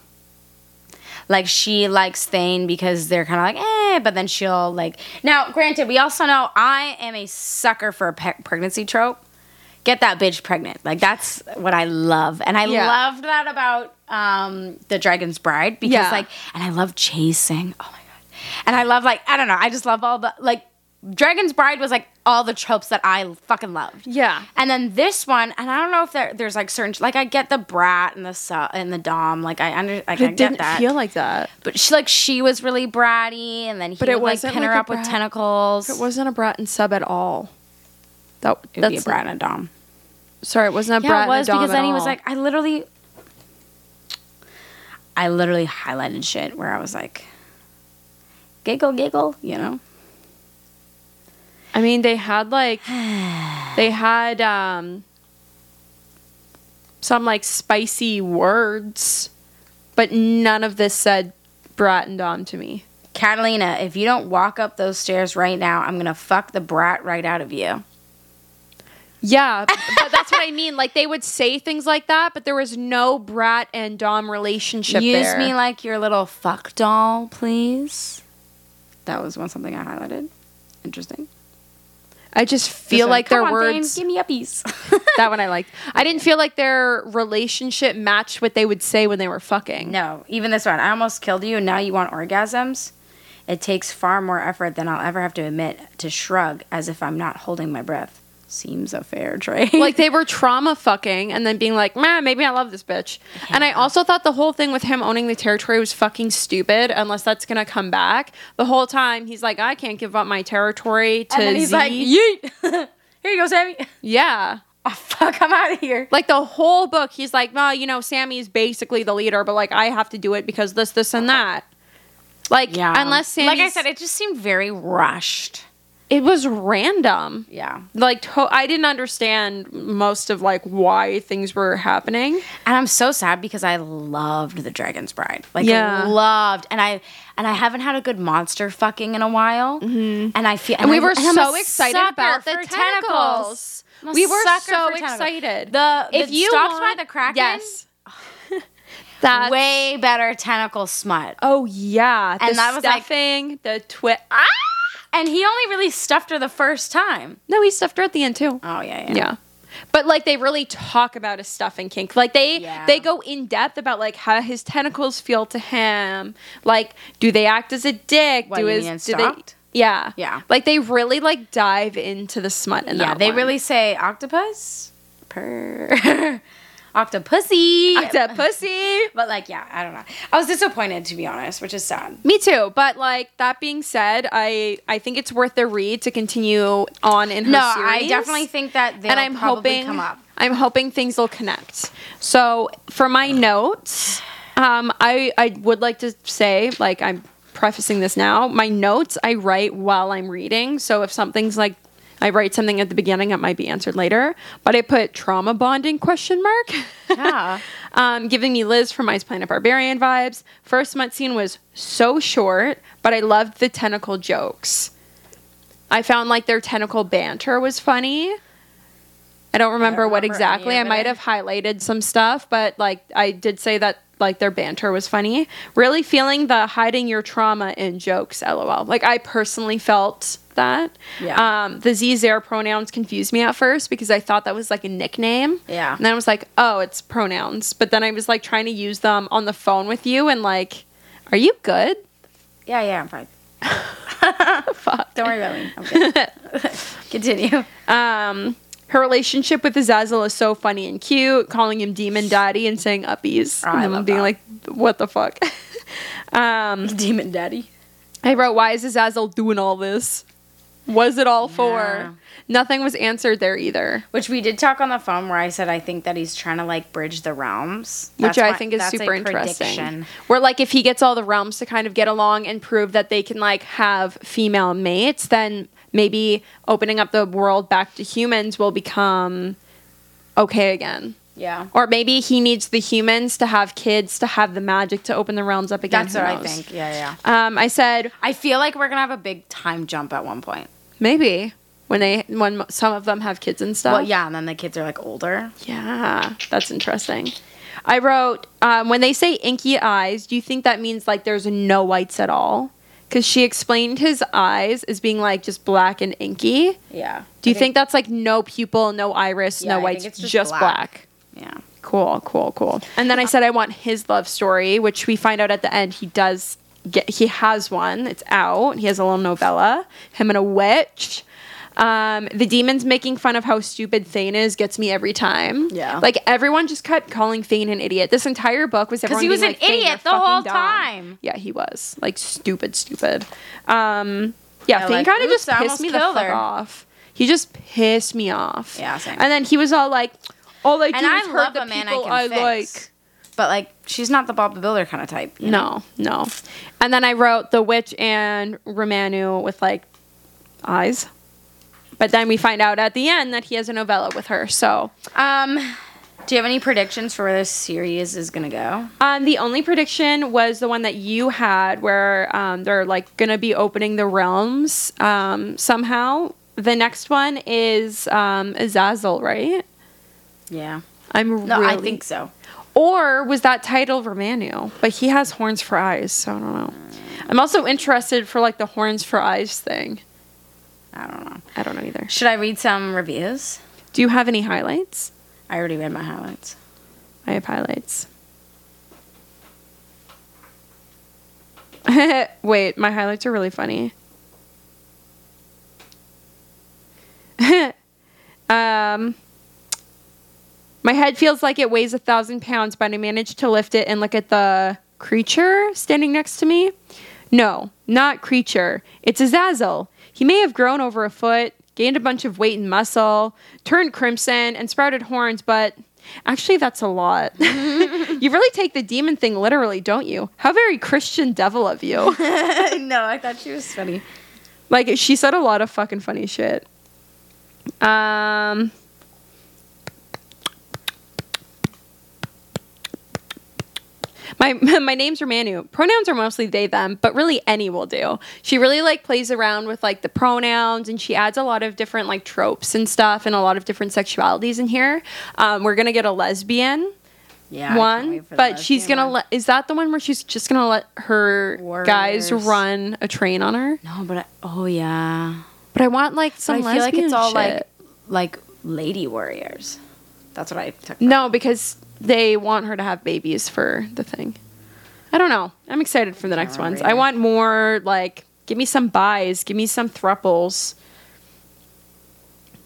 Speaker 1: like she likes Thane because they're kind of like eh, but then she'll like. Now, granted, we also know I am a sucker for a pe- pregnancy trope. Get that bitch pregnant, like that's what I love, and I
Speaker 2: Yeah.
Speaker 1: loved that about um, the Dragon's Bride because
Speaker 2: Yeah.
Speaker 1: like, and I love chasing. Oh my god, and I love like I don't know, I just love all the like. Dragon's Bride was like all the tropes that I fucking loved.
Speaker 2: Yeah.
Speaker 1: And then this one, and I don't know if there, there's like certain like I get the brat and the su- and the dom, like I under like I
Speaker 2: it
Speaker 1: get
Speaker 2: didn't
Speaker 1: that
Speaker 2: feel like that.
Speaker 1: but she like she was really bratty and then he
Speaker 2: But it
Speaker 1: would like
Speaker 2: wasn't
Speaker 1: pin
Speaker 2: like
Speaker 1: her
Speaker 2: a
Speaker 1: up with
Speaker 2: brat-
Speaker 1: tentacles
Speaker 2: It wasn't a brat and sub at all. That
Speaker 1: It would
Speaker 2: that's
Speaker 1: be a brat and a dom
Speaker 2: Sorry, it wasn't a
Speaker 1: yeah
Speaker 2: brat.
Speaker 1: it was
Speaker 2: and a dom
Speaker 1: because
Speaker 2: at
Speaker 1: then he was
Speaker 2: all.
Speaker 1: like i literally i literally highlighted shit where i was like giggle giggle you know
Speaker 2: I mean, they had like they had um some like spicy words, but none of this said brat and dom to me.
Speaker 1: catalina if you don't walk up those stairs right now i'm gonna fuck the brat right out of you
Speaker 2: Yeah, but that's what I mean. Like they would say things like that, but there was no brat and dom relationship
Speaker 1: use
Speaker 2: there.
Speaker 1: me like your little fuck doll please that was one something i highlighted interesting
Speaker 2: I just feel
Speaker 1: Just
Speaker 2: like
Speaker 1: "Come
Speaker 2: their
Speaker 1: on, Thane,
Speaker 2: words
Speaker 1: give me a piece
Speaker 2: that one I liked. I didn't feel like their relationship matched what they would say when they were fucking.
Speaker 1: No, even this one. I almost killed you, and now you want orgasms? It takes far more effort than I'll ever have to admit to shrug as if I'm not holding my breath. Seems a fair trade.
Speaker 2: like they were trauma fucking and then being like, man, maybe I love this bitch. And I also thought the whole thing with him owning the territory was fucking stupid, unless that's gonna come back. The whole time he's like, I can't give up my territory to
Speaker 1: and then he's
Speaker 2: Z.
Speaker 1: like, yeet. here you go, Sammy.
Speaker 2: Yeah.
Speaker 1: Oh, fuck, I'm out of here.
Speaker 2: Like the whole book, he's like, well, you know, Sammy's basically the leader, but like I have to do it because this, this, and that. Like, unless Sammy's,
Speaker 1: like I said, it just seemed very rushed.
Speaker 2: it was random.
Speaker 1: Yeah.
Speaker 2: Like, to- I didn't understand most of like why things were happening.
Speaker 1: And I'm so sad because I loved the Dragon's Bride. Like
Speaker 2: Yeah.
Speaker 1: loved and I and I haven't had a good monster fucking in a while. And I feel
Speaker 2: Mm-hmm. And we
Speaker 1: I-
Speaker 2: were
Speaker 1: I'm a
Speaker 2: so excited
Speaker 1: sucker
Speaker 2: about the
Speaker 1: for
Speaker 2: tentacles.
Speaker 1: I'm a
Speaker 2: We were
Speaker 1: sucker
Speaker 2: so
Speaker 1: for tentacles.
Speaker 2: excited.
Speaker 1: The if you stalked
Speaker 2: want-
Speaker 1: by the Kraken,
Speaker 2: yes, that
Speaker 1: way better tentacle smut.
Speaker 2: Oh yeah, the
Speaker 1: And that was, like-
Speaker 2: stuffing the twit. Ah!
Speaker 1: And he only really stuffed her the first time.
Speaker 2: No, he stuffed her at the end too.
Speaker 1: Oh yeah, yeah.
Speaker 2: Yeah. But like they really talk about his stuffing kink. Like they
Speaker 1: Yeah.
Speaker 2: they go in depth about like how his tentacles feel to him. Like do they act as a dick?
Speaker 1: What,
Speaker 2: do
Speaker 1: you
Speaker 2: his
Speaker 1: mean it's
Speaker 2: do they-
Speaker 1: docked?
Speaker 2: Yeah.
Speaker 1: Yeah.
Speaker 2: Like they really like dive into the smut in
Speaker 1: Yeah,
Speaker 2: that
Speaker 1: they
Speaker 2: one.
Speaker 1: really say octopus, per, octopussy,
Speaker 2: Act a pussy.
Speaker 1: But like, yeah, I don't know. I was disappointed to be honest, which is sad.
Speaker 2: Me too. But like that being said, I I think it's worth the read to continue on in her
Speaker 1: No, I
Speaker 2: series.
Speaker 1: definitely think that they'll
Speaker 2: and I'm
Speaker 1: probably
Speaker 2: hoping
Speaker 1: come up.
Speaker 2: I'm hoping things will connect. So for my notes, um, I I would like to say like I'm prefacing this now. My notes I write while I'm reading. So if something's like I write something at the beginning, it might be answered later. But I put trauma bonding question mark.
Speaker 1: Yeah.
Speaker 2: um, giving me Liz from Ice Planet Barbarian vibes. First month scene was so short, but I loved the tentacle jokes. I found like their tentacle banter was funny. I don't remember what
Speaker 1: remember
Speaker 2: exactly.
Speaker 1: any
Speaker 2: I
Speaker 1: of
Speaker 2: might
Speaker 1: it.
Speaker 2: have highlighted some stuff, but like I did say that like their banter was funny. Really feeling the hiding your trauma in jokes, lol. Like I personally felt that.
Speaker 1: Yeah.
Speaker 2: Um, the Z Zare pronouns confused me at first because I thought that was like a nickname.
Speaker 1: Yeah.
Speaker 2: And then I was like, oh, it's pronouns. But then I was like trying to use them on the phone with you and like, are you good?
Speaker 1: yeah, yeah, I'm fine.
Speaker 2: Fuck.
Speaker 1: Don't worry about me. I'm good. Continue.
Speaker 2: Um, her relationship with Azazel is so funny and cute, calling him Demon Daddy and saying uppies.
Speaker 1: Oh, I
Speaker 2: and
Speaker 1: love
Speaker 2: being
Speaker 1: that.
Speaker 2: like, what the fuck? um,
Speaker 1: Demon Daddy.
Speaker 2: I wrote, why is Azazel doing all this? Was it all
Speaker 1: Yeah.
Speaker 2: for? Nothing was answered there either.
Speaker 1: Which we did talk on the phone where I said I think that he's trying to like bridge the realms.
Speaker 2: which
Speaker 1: That's
Speaker 2: I
Speaker 1: my-
Speaker 2: think is
Speaker 1: that's a
Speaker 2: super interesting.
Speaker 1: prediction.
Speaker 2: Where like if he gets all the realms to kind of get along and prove that they can like have female mates, then maybe opening up the world back to humans will become okay again.
Speaker 1: Yeah.
Speaker 2: Or maybe he needs the humans to have kids to have the magic to open the realms up again.
Speaker 1: That's
Speaker 2: Who
Speaker 1: what I
Speaker 2: knows?
Speaker 1: think. Yeah, yeah.
Speaker 2: Um, I said
Speaker 1: I feel like we're gonna have a big time jump at one point.
Speaker 2: maybe when they when some of them have kids and stuff.
Speaker 1: Well, yeah, and then the kids are like older.
Speaker 2: Yeah, that's interesting. I wrote um, when they say inky eyes, do you think that means like there's no whites at all? Because she explained his eyes as being like just black and inky.
Speaker 1: Yeah.
Speaker 2: Do you think, that's like no pupil, no iris,
Speaker 1: Yeah, I
Speaker 2: no
Speaker 1: think
Speaker 2: whites,
Speaker 1: it's
Speaker 2: just,
Speaker 1: just
Speaker 2: black.
Speaker 1: black. Yeah.
Speaker 2: Cool, cool, cool. And then I said I want his love story, which we find out at the end he does get. He has one. It's out. He has a little novella. Him and a witch. Um, the demons making fun of how stupid Thane is gets me every time.
Speaker 1: Yeah.
Speaker 2: like everyone just kept calling Thane an idiot. This entire book was everyone
Speaker 1: he was
Speaker 2: being
Speaker 1: an
Speaker 2: like, "Thane,
Speaker 1: idiot
Speaker 2: you're
Speaker 1: the
Speaker 2: fucking
Speaker 1: whole
Speaker 2: dumb."
Speaker 1: time.
Speaker 2: Yeah, he was like stupid, stupid. Um, yeah,
Speaker 1: Yeah,
Speaker 2: Thane
Speaker 1: like,
Speaker 2: kind of
Speaker 1: oops,
Speaker 2: just
Speaker 1: I
Speaker 2: pissed
Speaker 1: almost
Speaker 2: me the
Speaker 1: killed
Speaker 2: fuck
Speaker 1: her.
Speaker 2: off. He just pissed me off.
Speaker 1: Yeah, same.
Speaker 2: And then he was all like, all I do
Speaker 1: And I
Speaker 2: is hurt
Speaker 1: love
Speaker 2: the
Speaker 1: a man I
Speaker 2: people
Speaker 1: can
Speaker 2: I,
Speaker 1: fix.
Speaker 2: like.
Speaker 1: But like she's not the Bob the Builder kind of type. you
Speaker 2: No, no. And then I wrote the witch and Romanu with like eyes. But then we find out at the end that he has a novella with her. So
Speaker 1: Um, do you have any predictions for where this series is gonna go?
Speaker 2: um, the only prediction was the one that you had where um, they're like going to be opening the realms um, somehow. The next one is um, Azazel, right?
Speaker 1: Yeah.
Speaker 2: I'm
Speaker 1: No,
Speaker 2: really.
Speaker 1: I think so.
Speaker 2: Or was that title Romanu? But he has horns for eyes, so I don't know. I'm also interested for like the horns for eyes thing.
Speaker 1: I don't know.
Speaker 2: I don't know either.
Speaker 1: Should I read some reviews?
Speaker 2: Do you have any highlights?
Speaker 1: I already read my highlights.
Speaker 2: I have highlights. Wait, my highlights are really funny. um, my head feels like it weighs a thousand pounds, but I managed to lift it and look at the creature standing next to me. No, not creature. It's Azazel. He may have grown over a foot, gained a bunch of weight and muscle, turned crimson, and sprouted horns, but actually, that's a lot. you really take the demon thing literally, don't you? How very Christian devil of you.
Speaker 1: no, I thought she was funny.
Speaker 2: like, she said a lot of fucking funny shit. Um. My my names are Manu. Pronouns are mostly they them, but really any will do. She really like plays around with like the pronouns, and she adds a lot of different like tropes and stuff, and a lot of different sexualities in here. Um, we're gonna get a lesbian
Speaker 1: Yeah. I can't
Speaker 2: one,
Speaker 1: wait for the
Speaker 2: but she's
Speaker 1: lesbian
Speaker 2: gonna
Speaker 1: one.
Speaker 2: let. Is that the one where she's just gonna let her guys
Speaker 1: Warriors.
Speaker 2: run a train on her?
Speaker 1: No, but I, oh yeah.
Speaker 2: But I want like
Speaker 1: But
Speaker 2: some.
Speaker 1: I feel like it's
Speaker 2: lesbian
Speaker 1: all
Speaker 2: shit.
Speaker 1: like like lady warriors. That's what I took. from
Speaker 2: No, because they want her to have babies for the thing. I don't know. I'm excited for the next
Speaker 1: remember
Speaker 2: ones. I
Speaker 1: either.
Speaker 2: want more like give me some buys, give me some thruples.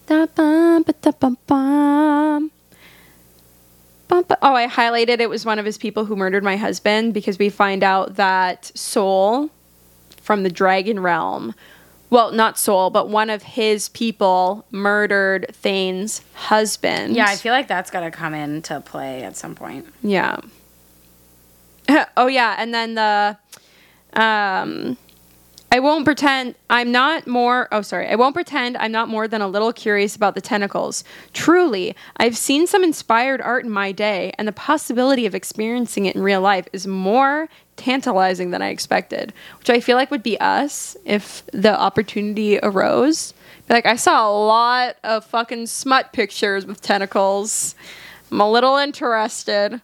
Speaker 2: Da bum, ba da bum bum. Bum ba- Oh, I highlighted it was one of his people who murdered my husband because we find out that Soul from the Dragon Realm, well, not Soul, but one of his people murdered Thane's husband.
Speaker 1: Yeah, I feel like that's gotta come into play at some point.
Speaker 2: Yeah. oh yeah, and then the um I won't pretend I'm not more oh sorry, I won't pretend I'm not more than a little curious about the tentacles. Truly, I've seen some inspired art in my day, and the possibility of experiencing it in real life is more tantalizing than I expected, which I feel like would be us if the opportunity arose. Like I saw a lot of fucking smut pictures with tentacles. I'm a little interested.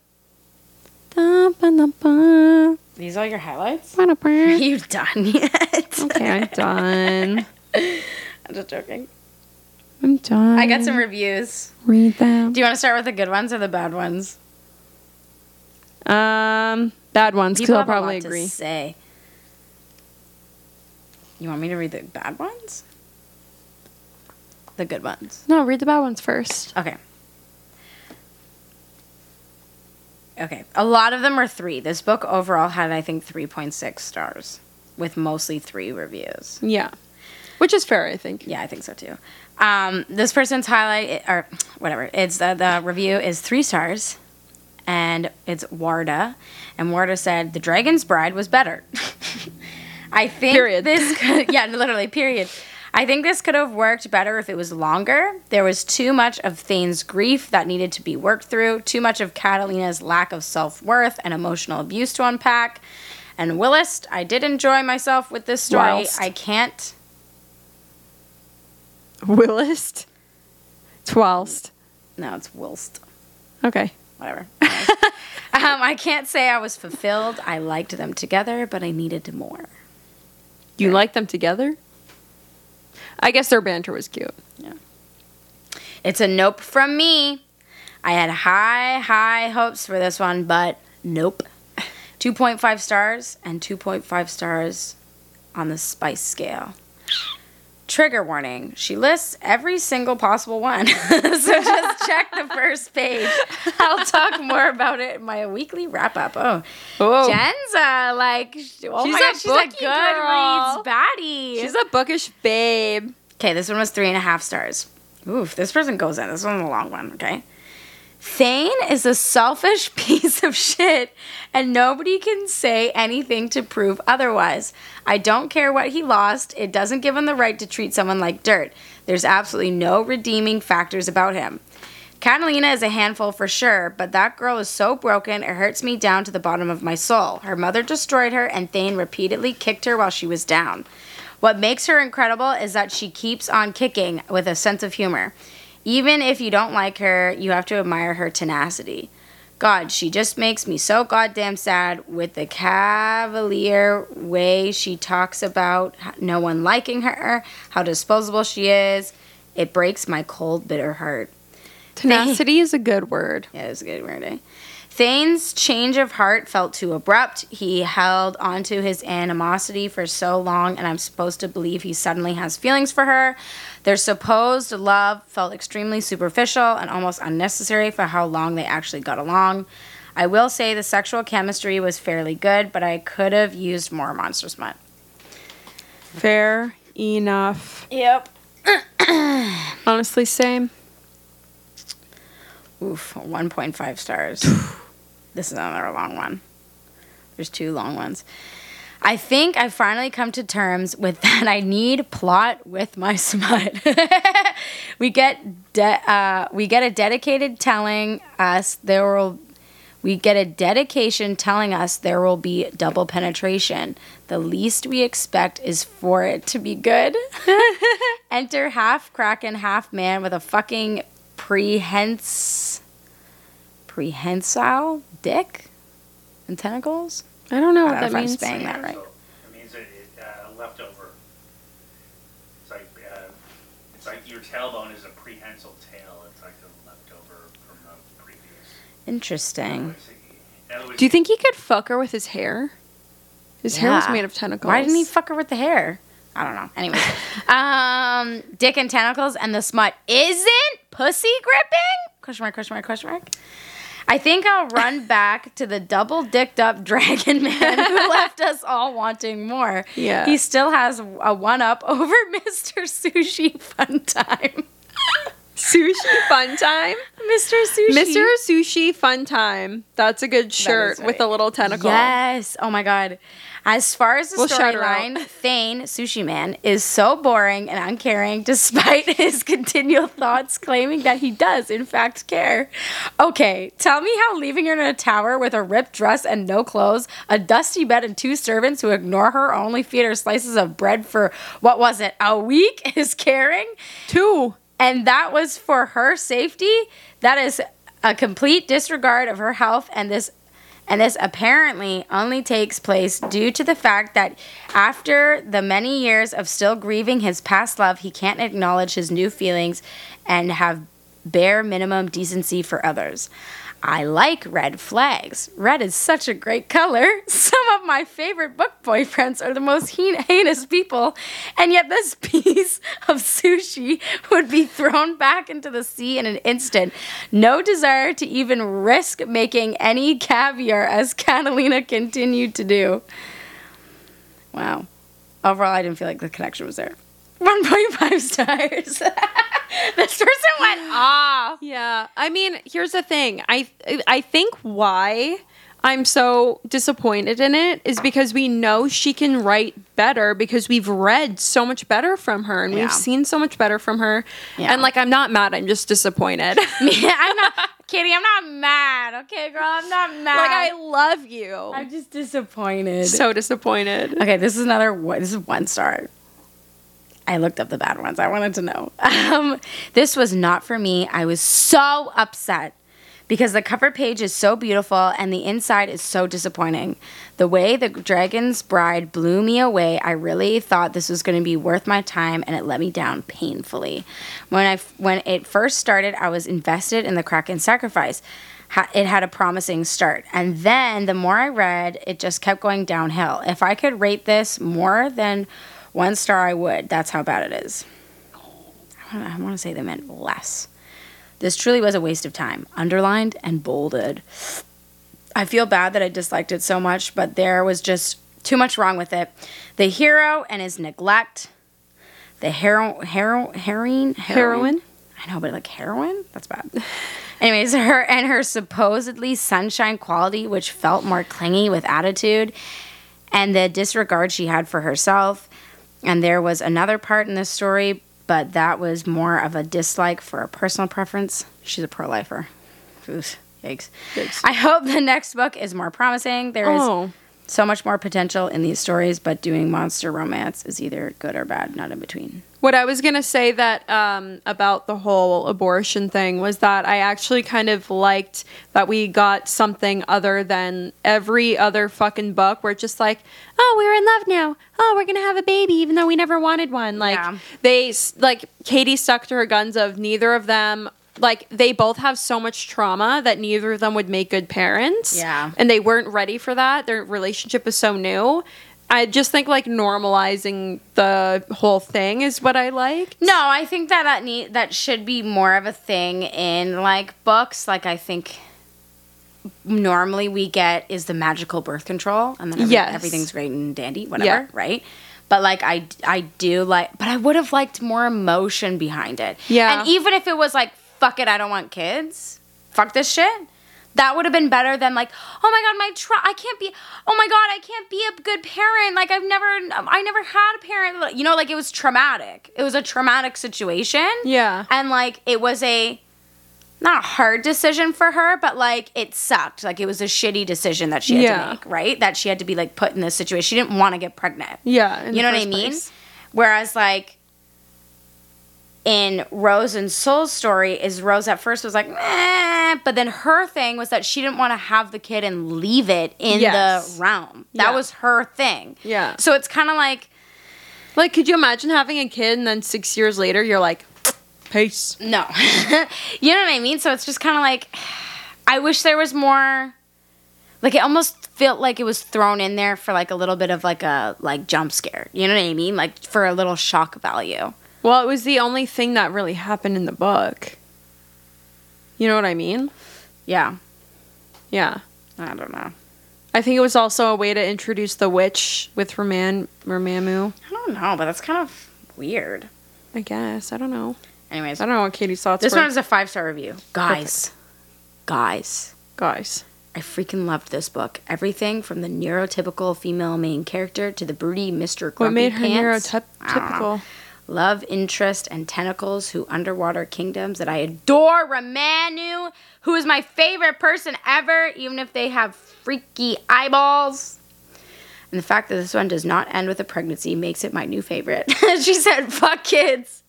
Speaker 2: Okay,
Speaker 1: These all your highlights? Are you done yet?
Speaker 2: I'm done.
Speaker 1: I'm just joking.
Speaker 2: I'm done.
Speaker 1: I got some reviews.
Speaker 2: read them.
Speaker 1: Do you want to start with the good ones or the bad ones?
Speaker 2: Um, bad ones because
Speaker 1: People
Speaker 2: I'll
Speaker 1: have a lot
Speaker 2: probably
Speaker 1: to
Speaker 2: agree.
Speaker 1: say. You want me to read the bad ones? The good ones.
Speaker 2: No, read the bad ones first.
Speaker 1: Okay. Okay. A lot of them are three. This book overall had, I think, 3.6 stars with mostly three reviews.
Speaker 2: Yeah, which is fair, I think.
Speaker 1: Yeah, I think so too. Um, this person's highlight or whatever. It's the, the review is three stars, and it's Warda, and Warda said the Dragon's Bride was better. I think
Speaker 2: Period.
Speaker 1: this could, yeah, literally period. I think this could have worked better if it was longer. There was too much of Thane's grief that needed to be worked through, too much of Catalina's lack of self-worth and emotional abuse to unpack. And Willist, I did enjoy myself with this story.
Speaker 2: Whilst.
Speaker 1: I can't
Speaker 2: Willist, twelst.
Speaker 1: No, it's Wilst.
Speaker 2: Okay.
Speaker 1: Whatever. um, I can't say I was fulfilled. I liked them together, but I needed more.
Speaker 2: You like them together? I guess their banter was cute.
Speaker 1: It's a nope from me. I had high, high hopes for this one, but nope. 2.5 stars and 2.5 stars on the spice scale. Trigger warning. She lists every single possible one. so just check the first page. I'll talk more about it in my weekly wrap up. Oh.
Speaker 2: Oh,
Speaker 1: Jen's uh, like, sh- oh
Speaker 2: She's
Speaker 1: my
Speaker 2: a
Speaker 1: god, she's a
Speaker 2: bookie girl.
Speaker 1: Goodreads baddie.
Speaker 2: she's a bookish babe.
Speaker 1: Okay, this one was three and a half stars. Oof, this person goes in. This one's a long one, okay? Thane is a selfish piece of shit, and nobody can say anything to prove otherwise. I don't care what he lost, it doesn't give him the right to treat someone like dirt. There's absolutely no redeeming factors about him. Catalina is a handful for sure, but that girl is so broken it hurts me down to the bottom of my soul. Her mother destroyed her, and Thane repeatedly kicked her while she was down. What makes her incredible is that she keeps on kicking with a sense of humor. Even if you don't like her, you have to admire her tenacity. God, she just makes me so goddamn sad with the cavalier way she talks about h- no one liking her, how disposable she is. It breaks my cold, bitter heart.
Speaker 2: Tenacity is a good word.
Speaker 1: Yeah, it was a good word. eh? Thane's change of heart felt too abrupt. He held onto his animosity for so long, and I'm supposed to believe he suddenly has feelings for her. Their supposed love felt extremely superficial and almost unnecessary for how long they actually got along. I will say the sexual chemistry was fairly good, but I could have used more monster smut.
Speaker 2: Fair enough.
Speaker 1: Yep.
Speaker 2: Honestly, same.
Speaker 1: Oof, 1.5 stars. this is another long one. There's two long ones. I think I've finally come to terms with that I need plot with my smut. we get de- uh, we get a dedicated telling us there will we get a dedication telling us there will be double penetration. The least we expect is for it to be good. Enter half kraken, half man with a fucking prehens prehensile dick and tentacles.
Speaker 2: I don't know
Speaker 1: I don't know
Speaker 2: what that
Speaker 1: if I'm
Speaker 2: means.
Speaker 1: saying that right.
Speaker 4: It means it, it uh, leftover. It's like uh, it's like your tailbone is a prehensile tail. It's like a leftover from the previous.
Speaker 1: Interesting.
Speaker 4: In other words,
Speaker 2: Do you think he could fuck her with his hair? His hair was
Speaker 1: Yeah.
Speaker 2: made of tentacles.
Speaker 1: Why didn't he fuck her with the hair? I don't know. Anyway, um, dick and tentacles and the smut isn't pussy gripping? Question mark? Question mark? Question mark? I think I'll run back to the double dicked up dragon man who left us all wanting more.
Speaker 2: Yeah.
Speaker 1: He still has a one up over Mr. Sushi Fun Time.
Speaker 2: sushi fun time?
Speaker 1: Mr. Sushi.
Speaker 2: Mr. Sushi fun time. That's a good shirt with
Speaker 1: right.
Speaker 2: a little tentacle.
Speaker 1: Yes. Oh my god. As far as the
Speaker 2: We'll shout her
Speaker 1: storyline, Thane, Sushi Man, is so boring and uncaring despite his continual thoughts claiming that he does, in fact, care. Okay, tell me how leaving her in a tower with a ripped dress and no clothes, a dusty bed, and two servants who ignore her or only feed her slices of bread for what was it, a week is caring?
Speaker 2: Two.
Speaker 1: and that was for her safety. That is a complete disregard of her health and this and this apparently only takes place due to the fact that after the many years of still grieving his past love, he can't acknowledge his new feelings and have bare minimum decency for others. I like red flags. Red is such a great color. Some of my favorite book boyfriends are the most heen- heinous people, and yet this piece of sushi would be thrown back into the sea in an instant. No desire to even risk making any caviar as Catalina continued to do. Wow. Overall, I didn't feel like the connection was there. 1.5 stars. this person went off.
Speaker 2: Ah, Yeah. I mean, here's the thing. I I think why I'm so disappointed in it is because we know she can write better because we've read so much better from her and
Speaker 1: Yeah.
Speaker 2: we've seen so much better from her.
Speaker 1: Yeah.
Speaker 2: And like I'm not mad, I'm just disappointed.
Speaker 1: I'm not, Kitty, I'm not mad, okay, girl? I'm not
Speaker 2: like I
Speaker 1: mad.
Speaker 2: love you.
Speaker 1: I'm just disappointed.
Speaker 2: so disappointed.
Speaker 1: Okay, this is another one. This is one star. I looked up the bad ones. I wanted to know. Um, this was not for me. I was so upset because the cover page is so beautiful and the inside is so disappointing. The way the Dragon's Bride blew me away, I really thought this was going to be worth my time and it let me down painfully. When I when it first started, I was invested in the Kraken sacrifice ha- it had a promising start. And then the more I read, it just kept going downhill. If I could rate this more than one star, I would. That's how bad it is. I want to I wanna say they meant less. This truly was a waste of time, underlined and bolded. I feel bad that I disliked it so much, but there was just too much wrong with it. The hero and his neglect. The hero, hero, herring,
Speaker 2: Heroin?
Speaker 1: I know, but like heroin? That's bad. Anyways, her and her supposedly sunshine quality, which felt more clingy with attitude, and the disregard she had for herself. And there was another part in the story, but that was more of a dislike for a personal preference. She's a pro lifer. Oof, yikes.
Speaker 2: Yikes.
Speaker 1: I hope the next book is more promising. There is
Speaker 2: Oh.
Speaker 1: so much more potential in these stories, but doing monster romance is either good or bad, not in between.
Speaker 2: What I was gonna say that um, about the whole abortion thing was that I actually kind of liked that we got something other than every other fucking book. We're just like, oh, we're in love now. Oh, we're gonna have a baby, even though we never wanted one. Like
Speaker 1: Yeah.
Speaker 2: they, s- like Katie stuck to her guns of neither of them. Like they both have so much trauma that neither of them would make good parents
Speaker 1: Yeah.
Speaker 2: and they weren't ready for that. Their relationship was so new. I just think like normalizing the whole thing is what I like.
Speaker 1: No, I think that that need that should be more of a thing in like books. Like I think normally we get is the magical birth control, and then every-
Speaker 2: Yes.
Speaker 1: everything's great and dandy, whatever,
Speaker 2: Yeah.
Speaker 1: right? But like I I do like, but I would have liked more emotion behind it.
Speaker 2: Yeah.
Speaker 1: And even if it was like, fuck it, I don't want kids. Fuck this shit. That would have been better than like, oh my god, my try, I can't be, oh my god, I can't be a good parent. Like I've never, I never had a parent. You know, like it was traumatic. It was a traumatic situation.
Speaker 2: Yeah.
Speaker 1: And like it was a not a hard decision for her, but like it sucked. Like it was a shitty decision that she had
Speaker 2: Yeah.
Speaker 1: to make, right? That she had to be like put in this situation. She didn't want to get pregnant.
Speaker 2: Yeah. in
Speaker 1: You
Speaker 2: the
Speaker 1: know what I
Speaker 2: first
Speaker 1: mean?
Speaker 2: place.
Speaker 1: Whereas like in Rose and Soul's story is Rose at first was like, Meh, but then her thing was that she didn't want to have the kid and leave it in
Speaker 2: Yes.
Speaker 1: the realm. That
Speaker 2: Yeah.
Speaker 1: was her thing.
Speaker 2: Yeah.
Speaker 1: So it's kind of like
Speaker 2: Like, could you imagine having a kid and then six years later you're like, peace.
Speaker 1: No. you know what I mean? So it's just kind of like, I wish there was more. Like it almost felt like it was thrown in there for like a little bit of like a like jump scare. You know what I mean? Like for a little shock value.
Speaker 2: Well, it was the only thing that really happened in the book. You know what I mean?
Speaker 1: Yeah.
Speaker 2: Yeah.
Speaker 1: I don't know.
Speaker 2: I think it was also a way to introduce the witch with Raman Ramamu.
Speaker 1: I don't know, but that's kind of weird.
Speaker 2: I guess. I don't know.
Speaker 1: Anyways,
Speaker 2: I don't know what Katie's thoughts
Speaker 1: this
Speaker 2: were.
Speaker 1: one is a five star review. Guys, guys.
Speaker 2: Guys.
Speaker 1: I freaking loved this book. Everything from the neurotypical female main character to the broody Mr. Grumpy
Speaker 2: What made her
Speaker 1: Pants. Ah. I don't know.
Speaker 2: neurotypical?
Speaker 1: love interest and tentacles who underwater kingdoms that i adore ramanu who is my favorite person ever even if they have freaky eyeballs and the fact that this one does not end with a pregnancy makes it my new favorite she said fuck kids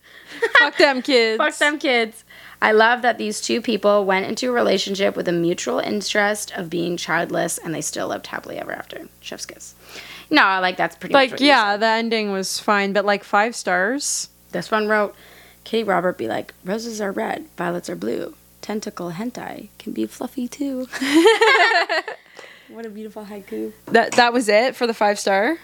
Speaker 2: Fuck them kids.
Speaker 1: Fuck them kids. I love that these two people went into a relationship with a mutual interest of being childless and they still lived happily ever after. Chef's kiss. No, like that's pretty much
Speaker 2: Like,
Speaker 1: what you
Speaker 2: yeah, the ending was fine, but like five stars.
Speaker 1: This one wrote, Kitty Robert be like, roses are red, violets are blue. Tentacle hentai can be fluffy too. what a beautiful haiku.
Speaker 2: That that was it for the five star.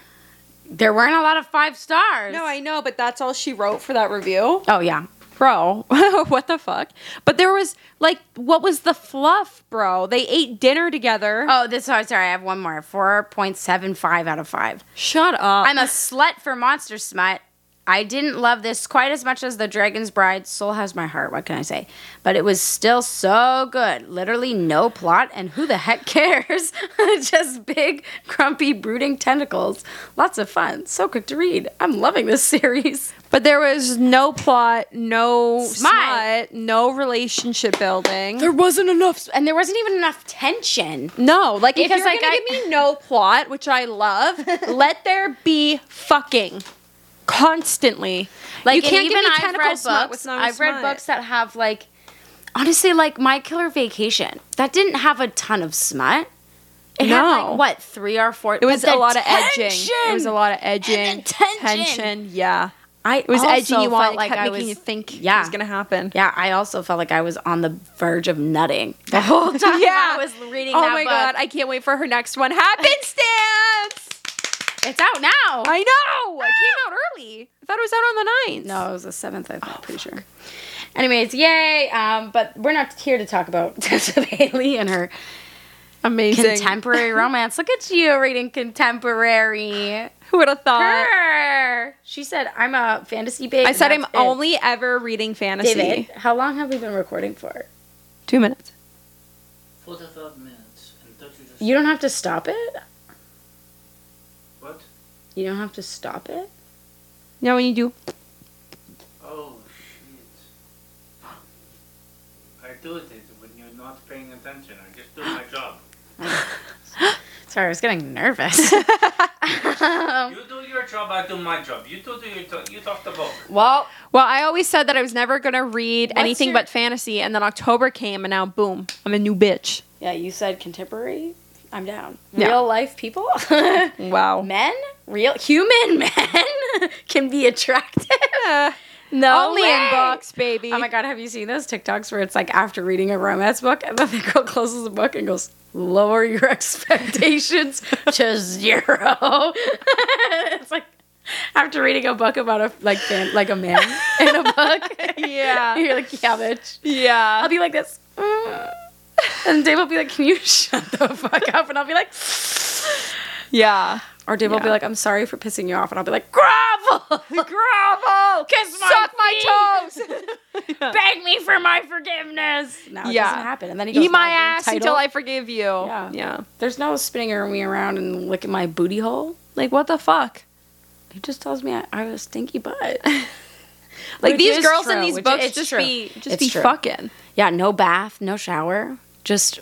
Speaker 1: There weren't a lot of five stars.
Speaker 2: No, I know, but that's all she wrote for that review.
Speaker 1: Oh, yeah.
Speaker 2: Bro, what the fuck? But there was like what was the fluff, bro? They ate dinner together.
Speaker 1: Oh, this sorry, sorry. I have one more. 4.75 out of 5.
Speaker 2: Shut up.
Speaker 1: I'm a slut for monster smut. I didn't love this quite as much as The Dragon's Bride. Soul has my heart. What can I say? But it was still so good. Literally no plot, and who the heck cares? Just big, grumpy, brooding tentacles. Lots of fun. So quick to read. I'm loving this series.
Speaker 2: But there was no plot, no
Speaker 1: Smut.
Speaker 2: smut, no relationship building.
Speaker 1: wasn't enough, and there wasn't even enough tension.
Speaker 2: no, like
Speaker 1: Because,
Speaker 2: if you're
Speaker 1: like,
Speaker 2: gonna
Speaker 1: I-
Speaker 2: give me no plot, which I love, let there be fucking constantly.
Speaker 1: Like
Speaker 2: you can't
Speaker 1: and
Speaker 2: give
Speaker 1: even
Speaker 2: me
Speaker 1: I've
Speaker 2: tentacle
Speaker 1: read
Speaker 2: smut
Speaker 1: books.
Speaker 2: with no
Speaker 1: I've read
Speaker 2: smut.
Speaker 1: books that have like, honestly, like My Killer Vacation. That didn't have a ton of smut. It had
Speaker 2: No.
Speaker 1: like what three or four.
Speaker 2: It was a lot of edging. It was a lot of edging.
Speaker 1: tension.
Speaker 2: Tension. Yeah.
Speaker 1: I
Speaker 2: It was
Speaker 1: also
Speaker 2: edgy. You
Speaker 1: felt
Speaker 2: want
Speaker 1: like
Speaker 2: like
Speaker 1: I
Speaker 2: making
Speaker 1: was.
Speaker 2: you think it
Speaker 1: yeah.
Speaker 2: was gonna happen.
Speaker 1: yeah, I also felt like I was on the verge of nutting the whole time. I
Speaker 2: Yeah.
Speaker 1: was reading
Speaker 2: Oh
Speaker 1: that
Speaker 2: my
Speaker 1: book.
Speaker 2: god! I can't wait for her next one. Happenstance.
Speaker 1: it's out now.
Speaker 2: I know. It came out early. I thought it was out on the 9th.
Speaker 1: No, it was the seventh, I
Speaker 2: Oh,
Speaker 1: think, pretty sure. Anyways, yay. Um, but we're not here to talk about Tessa Bailey and her
Speaker 2: Amazing.
Speaker 1: Contemporary romance. Look at you reading contemporary. Uh,
Speaker 2: Who would have thought?
Speaker 1: Her. She said, I'm a fantasy babe.
Speaker 2: I said I'm
Speaker 1: and that's it."
Speaker 2: only ever reading fantasy.
Speaker 1: David, how long have we been recording for?
Speaker 2: Two minutes.
Speaker 4: 45 minutes and 30 seconds.
Speaker 1: You don't have to stop it?
Speaker 4: What?
Speaker 1: You don't have to stop it?
Speaker 2: No, when you do.
Speaker 4: Oh, shit. I do it when you're not paying attention. I just do my job.
Speaker 1: Sorry, I was getting nervous. Um,
Speaker 4: You do your job, I do my job. You two do your talk, you talk the book.
Speaker 1: well,
Speaker 2: Well, I always said that I was never gonna read
Speaker 1: What's
Speaker 2: anything
Speaker 1: your-
Speaker 2: but fantasy, and then October came, and now boom, I'm a new bitch.
Speaker 1: yeah, you said contemporary. I'm down.
Speaker 2: Yeah.
Speaker 1: Real life people?
Speaker 2: Wow.
Speaker 1: men? Real human men can be attractive.
Speaker 2: no
Speaker 1: Only
Speaker 2: only
Speaker 1: in
Speaker 2: in
Speaker 1: books,
Speaker 2: box, baby.
Speaker 1: Oh my god, have you seen those TikToks where it's like after reading a romance book and then the girl closes the book and goes, lower your expectations to zero. it's like after reading a book about a like fan, like a man in a book.
Speaker 2: Yeah.
Speaker 1: You're like, yeah, bitch. I'll
Speaker 2: Yeah.
Speaker 1: be like this. Mm. And Dave will be like, Can you shut the fuck up? And I'll be like,
Speaker 2: Yeah.
Speaker 1: Or Dave will be
Speaker 2: Yeah.
Speaker 1: like, I'm sorry for pissing you off. And I'll be like, grovel, grovel, kiss my
Speaker 2: Oh, Suck my
Speaker 1: feet!
Speaker 2: toes.
Speaker 1: beg me for my forgiveness. No, it
Speaker 2: Yeah.
Speaker 1: doesn't happen. And then he goes,
Speaker 2: Eat my
Speaker 1: "Well, you're
Speaker 2: ass until
Speaker 1: entitled."
Speaker 2: I forgive you. Yeah.
Speaker 1: There's no spinning me around and licking my booty hole.
Speaker 2: Like what the fuck?
Speaker 1: He just tells me I, I have a stinky butt.
Speaker 2: Like
Speaker 1: Which
Speaker 2: these
Speaker 1: is
Speaker 2: girls in
Speaker 1: true,
Speaker 2: these
Speaker 1: which
Speaker 2: books
Speaker 1: it's
Speaker 2: just
Speaker 1: true.
Speaker 2: be just
Speaker 1: It's
Speaker 2: be
Speaker 1: true.
Speaker 2: fucking.
Speaker 1: yeah, no bath, no shower, just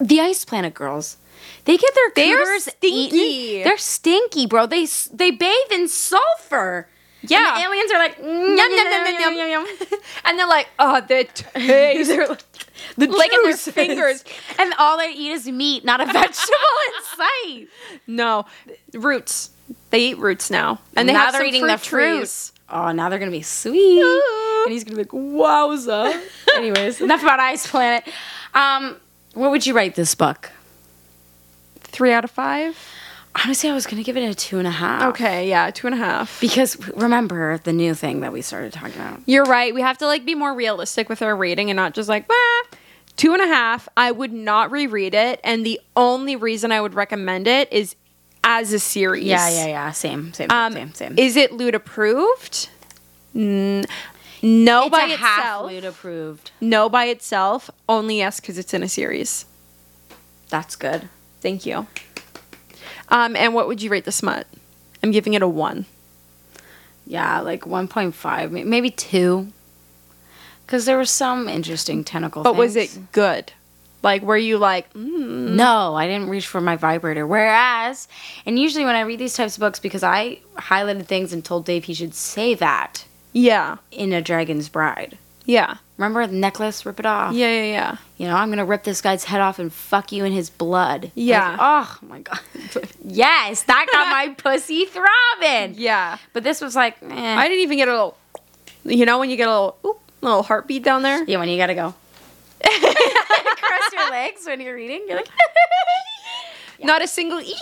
Speaker 1: the Ice Planet girls. They get their
Speaker 2: They are
Speaker 1: cooters
Speaker 2: stinky.
Speaker 1: eaten. They're stinky, bro. They s- they bathe in sulfur.
Speaker 2: Yeah.
Speaker 1: and the aliens are like yum
Speaker 2: Yum, yum, yum, yum, yum, yum. and they're like, oh, the taste.
Speaker 1: They're like, the
Speaker 2: Licking their
Speaker 1: juices.
Speaker 2: fingers.
Speaker 1: and all they eat is meat, not a vegetable in sight.
Speaker 2: no, roots. They eat roots now, and they
Speaker 1: now
Speaker 2: have
Speaker 1: they're
Speaker 2: some
Speaker 1: eating
Speaker 2: fruit
Speaker 1: the fruit.
Speaker 2: trees.
Speaker 1: Oh, now they're gonna be sweet.
Speaker 2: Ooh.
Speaker 1: and he's gonna be like, wowza. Anyways, enough about Ice Planet. Um, what would you rate this book?
Speaker 2: Three out of five.
Speaker 1: Honestly, I was gonna give it a two and a half.
Speaker 2: Okay, yeah, two and a half.
Speaker 1: Because remember the new thing that we started talking about.
Speaker 2: You're right. We have to like be more realistic with our rating and not just like, bah. Two and a half. I would not reread it, and the only reason I would recommend it is as a series.
Speaker 1: Yeah, yeah, yeah. Same, same,
Speaker 2: Um,
Speaker 1: same, same.
Speaker 2: Is it lewd approved? N- no
Speaker 1: It's
Speaker 2: by
Speaker 1: a
Speaker 2: itself.
Speaker 1: half mood approved.
Speaker 2: No by itself. Only yes because it's in a series.
Speaker 1: That's good.
Speaker 2: Thank you. Um, and what would you rate the smut? I'm giving it a one.
Speaker 1: Yeah, like 1.5, may- maybe two. Because there were some interesting tentacle
Speaker 2: But was
Speaker 1: things.
Speaker 2: it good? Like, were you like, mm,
Speaker 1: No, I didn't reach for my vibrator. Whereas, and usually when I read these types of books, because I highlighted things and told Dave he should say that
Speaker 2: yeah,
Speaker 1: in A Dragon's Bride.
Speaker 2: yeah,
Speaker 1: Remember the necklace, rip it off.
Speaker 2: yeah, yeah, yeah?
Speaker 1: You know, I'm gonna rip this guy's head off and fuck you in his blood.
Speaker 2: Yeah.
Speaker 1: Like, oh my god. yes, that got my pussy throbbing.
Speaker 2: Yeah.
Speaker 1: But this was like, eh.
Speaker 2: I didn't even get a little. You know when you get a little, oop, little heartbeat down there.
Speaker 1: yeah, when you gotta go. Cross your legs when you're reading. You're like,
Speaker 2: Not a single, ee,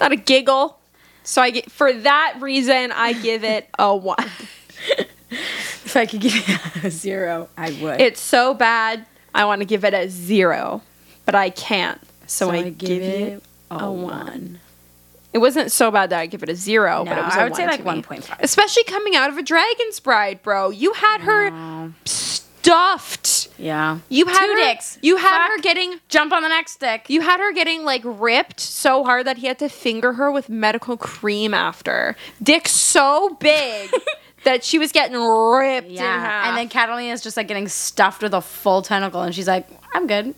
Speaker 2: not a giggle. So I get for that reason I give it a one.
Speaker 1: if I could give you a zero, I would.
Speaker 2: It's so bad I want to give it a zero, but I can't. So, I, give it.
Speaker 1: a,
Speaker 2: a
Speaker 1: one.
Speaker 2: It wasn't so bad that I give it a zero,
Speaker 1: No,
Speaker 2: but it was
Speaker 1: I
Speaker 2: a
Speaker 1: would say
Speaker 2: one
Speaker 1: like
Speaker 2: to me.
Speaker 1: 1.5.
Speaker 2: Especially coming out of a Dragon's Bride, bro. You had her stuffed.
Speaker 1: Yeah.
Speaker 2: You had
Speaker 1: Two
Speaker 2: her,
Speaker 1: dicks.
Speaker 2: You had
Speaker 1: Fuck.
Speaker 2: her getting
Speaker 1: Jump on the next dick.
Speaker 2: You had her getting like ripped so hard that he had to finger her with medical cream after. Dick so big that she was getting ripped in half.
Speaker 1: yeah. And then Catalina's just like getting stuffed with a full tentacle and she's like, I'm good.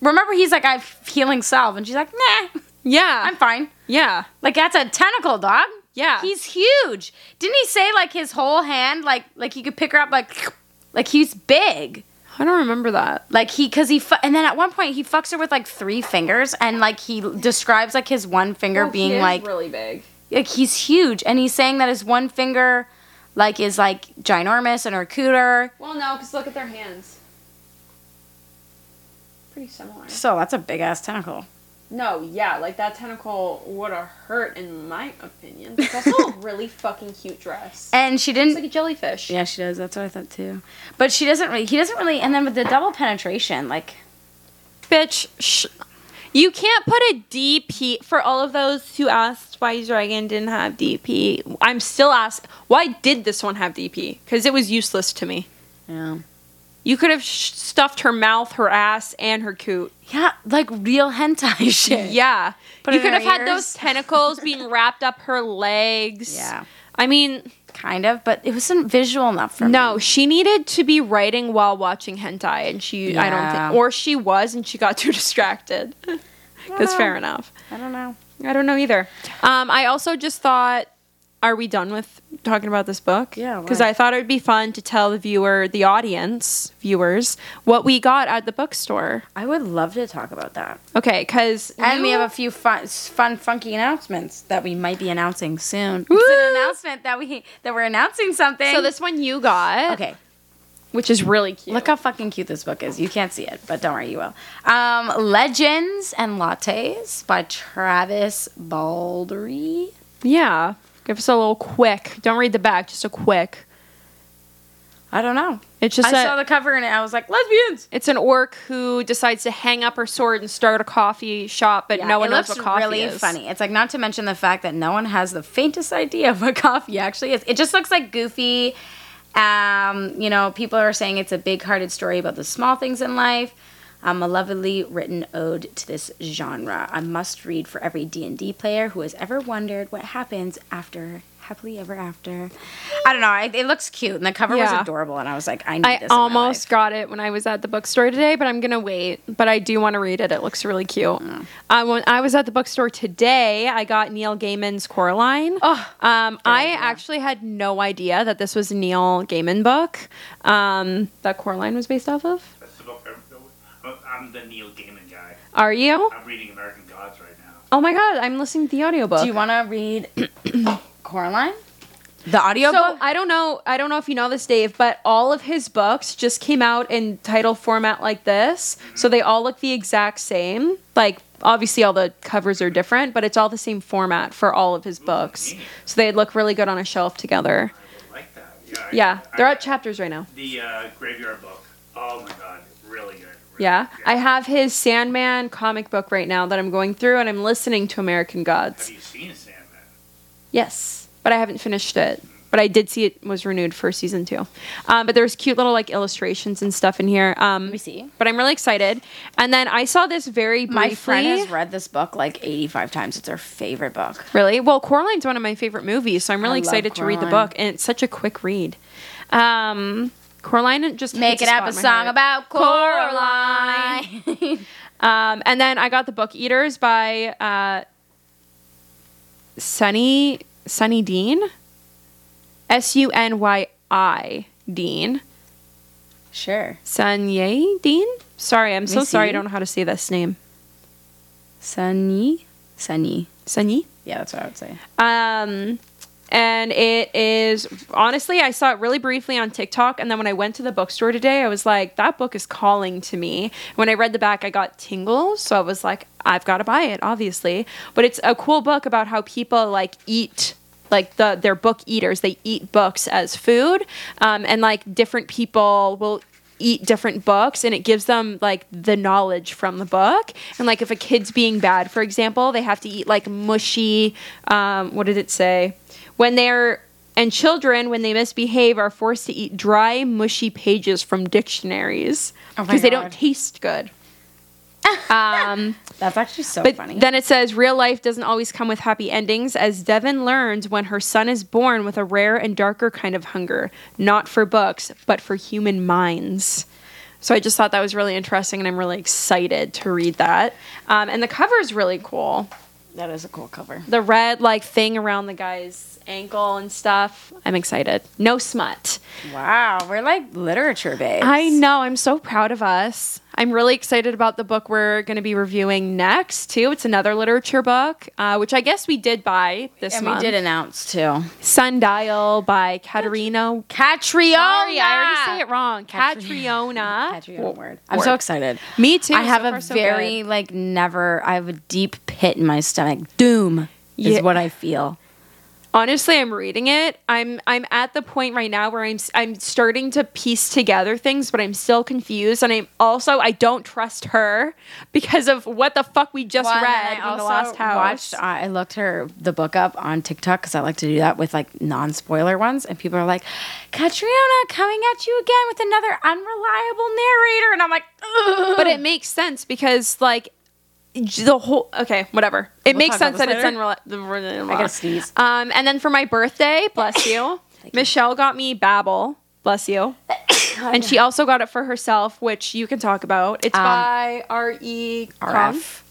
Speaker 1: Remember, he's like, I have healing salve. And she's like, nah,
Speaker 2: yeah,
Speaker 1: I'm fine.
Speaker 2: yeah,
Speaker 1: Like, that's a tentacle, dog.
Speaker 2: yeah.
Speaker 1: He's huge. Didn't he say like his whole hand, like, like you could pick her up, like, like he's big.
Speaker 2: I don't remember that.
Speaker 1: Like he, cause he, fu- and then at one point he fucks her with like three fingers, and like he describes like his one finger being like,
Speaker 2: really big.
Speaker 1: like he's huge, and he's saying that his one finger, like, is like ginormous and her cooter.
Speaker 2: Well, no, because look at their hands. Pretty similar.
Speaker 1: So that's a big ass tentacle.
Speaker 2: No, yeah, like that tentacle would have hurt in my opinion. It's also a really fucking cute dress.
Speaker 1: And she didn't.
Speaker 2: a jellyfish.
Speaker 1: yeah, she does. That's what I thought too. But she doesn't. Really, he doesn't really. And then with the double penetration, like
Speaker 2: bitch sh- you can't put a dp for all of those who asked why dragon didn't have dp i'm still asking why did this one have dp because it was useless to me
Speaker 1: yeah,
Speaker 2: you could have sh- stuffed her mouth her ass and her coot
Speaker 1: yeah, like real hentai shit.
Speaker 2: yeah
Speaker 1: Put
Speaker 2: you
Speaker 1: it
Speaker 2: could
Speaker 1: in
Speaker 2: have
Speaker 1: her
Speaker 2: had
Speaker 1: ears.
Speaker 2: those tentacles being wrapped up her legs
Speaker 1: Yeah.
Speaker 2: i mean
Speaker 1: kind of. But it wasn't visual enough for me.
Speaker 2: no she needed to be writing while watching hentai and she i don't
Speaker 1: Yeah.
Speaker 2: think or she was and she got too distracted
Speaker 1: Uh-huh.
Speaker 2: that's fair enough
Speaker 1: I don't know.
Speaker 2: I don't know either. Um, I also just thought, are we done with talking about this book?
Speaker 1: Yeah,
Speaker 2: Because
Speaker 1: why?
Speaker 2: I thought it would be fun to tell the viewer, the audience, viewers, what we got at the bookstore.
Speaker 1: I would love to talk about that.
Speaker 2: Okay, because
Speaker 1: And we have a few fun, fun, funky announcements that we might be announcing soon. It's
Speaker 2: Woo!
Speaker 1: an announcement that we that we're announcing something.
Speaker 2: so this one you got,
Speaker 1: okay.
Speaker 2: which is really cute.
Speaker 1: Look how fucking cute this book is. You can't see it, but don't worry, you will. Um, Legends and Lattes by Travis Baldry.
Speaker 2: yeah, give us a little quick. Don't read the back, just a quick.
Speaker 1: I don't know.
Speaker 2: It's just
Speaker 1: I
Speaker 2: that
Speaker 1: saw the cover and I was like, lesbians.
Speaker 2: it's an orc who decides to hang up her sword and start a coffee shop, but no one
Speaker 1: it
Speaker 2: knows
Speaker 1: looks
Speaker 2: what coffee
Speaker 1: really
Speaker 2: is.
Speaker 1: funny. It's like not to mention the fact that no one has the faintest idea of what coffee actually is. It just looks like goofy. Um, you know, people are saying it's a big-hearted story about the small things in life. Um, a lovely written ode to this genre. A must read for every D&D player who has ever wondered what happens after happily ever after. I don't know. I, it looks cute and the cover
Speaker 2: Yeah.
Speaker 1: was adorable and I was like, I need
Speaker 2: I
Speaker 1: this.
Speaker 2: almost got it when I was at the bookstore today, but I'm gonna wait. But I do want to read it. It looks really cute. Uh, when I was at the bookstore today, I got Neil Gaiman's Coraline.
Speaker 1: Oh,
Speaker 2: um, I
Speaker 1: idea.
Speaker 2: actually had no idea that this was a Neil Gaiman book um, that Coraline was based off of.
Speaker 4: That's the book. I'm, I'm the Neil Gaiman guy.
Speaker 2: Are you?
Speaker 4: I'm reading American Gods right now.
Speaker 2: Oh my god, I'm listening to the audiobook.
Speaker 1: Do you want to read Coraline? The audio
Speaker 2: so I don't know. I don't know if you know this, Dave, but all of his books just came out in title format like this, so they all look the exact same. Like obviously, all the covers are different, but it's all the same format for all of his books, so they look really good on a shelf together.
Speaker 4: I would like that. Yeah. I-
Speaker 2: Yeah,
Speaker 4: I-
Speaker 2: they're at chapters right now.
Speaker 4: The uh, graveyard book. Oh my god, really good. Really
Speaker 2: Yeah,
Speaker 4: good.
Speaker 2: I have his Sandman comic book right now that I'm going through, and I'm listening to American
Speaker 4: Have
Speaker 2: Gods.
Speaker 4: you seen Sandman?
Speaker 2: Yes, but I haven't finished it. But I did see it was renewed for season two. Um, but there's cute little like illustrations and stuff in here. Um,
Speaker 1: Let me see.
Speaker 2: but I'm really excited. And then I saw this very briefly.
Speaker 1: My friend has read this book like 85 times. It's her favorite book.
Speaker 2: really well. Coraline's one of my favorite movies, so I'm
Speaker 1: I
Speaker 2: really
Speaker 1: love
Speaker 2: excited to read the
Speaker 1: Coraline.
Speaker 2: book, and it's such a quick read. Um, Coraline just hits
Speaker 1: Making
Speaker 2: spot
Speaker 1: up a
Speaker 2: in my
Speaker 1: song
Speaker 2: heart.
Speaker 1: about Coraline.
Speaker 2: Um, and then I got the book Eaters by uh, Sunny Sunny Dean, S U N Y I Dean.
Speaker 1: sure.
Speaker 2: Sunny Dean. Sorry, I'm so
Speaker 1: me
Speaker 2: sorry. I
Speaker 1: see.
Speaker 2: don't know how to say this name.
Speaker 1: Sunny. Sunny.
Speaker 2: Sunny.
Speaker 1: Yeah, that's what I would say.
Speaker 2: Um, and it is honestly, I saw it really briefly on TikTok, and then when I went to the bookstore today, I was like, that book is calling to me. When I read the back, I got tingles, so I was like, I've got to buy it, obviously. But it's a cool book about how people like eat. Like the they're book eaters, they eat books as food, um, and like different people will eat different books and it gives them like the knowledge from the book and like if a kid's being bad for example they have to eat like mushy um, what did it say when they're and children when they misbehave are forced to eat dry mushy pages from dictionaries
Speaker 1: Oh my
Speaker 2: because they don't
Speaker 1: God.
Speaker 2: taste good um,
Speaker 1: That's actually so
Speaker 2: but
Speaker 1: funny.
Speaker 2: then it says real life doesn't always come with happy endings, as Devon learns when her son is born with a rare and darker kind of hunger, not for books, but for human minds. So I just thought that was really interesting, and I'm really excited to read that. Um, and the cover is really cool.
Speaker 1: that is a cool cover.
Speaker 2: The red like thing around the guy's ankle and stuff. I'm excited. No smut.
Speaker 1: Wow, we're like literature babes.
Speaker 2: I know. I'm so proud of us. I'm really excited about the book we're going to be reviewing next, too. It's another literature book, uh, which I guess we did buy this
Speaker 1: And we
Speaker 2: month.
Speaker 1: did announce too.
Speaker 2: Sundial by Katerina.
Speaker 1: Catriona.
Speaker 2: Sorry, I already say it wrong. Katriona.
Speaker 1: Catriona word. I'm so excited.
Speaker 2: Me too.
Speaker 1: I have
Speaker 2: So
Speaker 1: a
Speaker 2: far, so
Speaker 1: very like never. I have a deep pit in my stomach. Doom
Speaker 2: Yeah.
Speaker 1: is what I feel.
Speaker 2: honestly i'm reading it i'm i'm at the point right now where i'm s- i'm starting to piece together things but i'm still confused and i'm also i don't trust her because of what the fuck we just
Speaker 1: Well, and then
Speaker 2: read
Speaker 1: I
Speaker 2: in the
Speaker 1: also
Speaker 2: last house
Speaker 1: Watched, I I looked her the book up on TikTok because I like to do that with like non spoiler ones, and people are like, "Catriona coming at you again with another unreliable narrator," and I'm like, Ugh.
Speaker 2: but it makes sense because like j- the whole okay whatever it
Speaker 1: We'll
Speaker 2: makes
Speaker 1: talk
Speaker 2: sense
Speaker 1: about
Speaker 2: that
Speaker 1: this
Speaker 2: it's unreliable
Speaker 1: I gotta sneeze.
Speaker 2: um and then for my birthday bless you michelle got me babel bless you and she also got it for herself which you can talk about it's
Speaker 1: Um,
Speaker 2: by r.e kong
Speaker 1: RF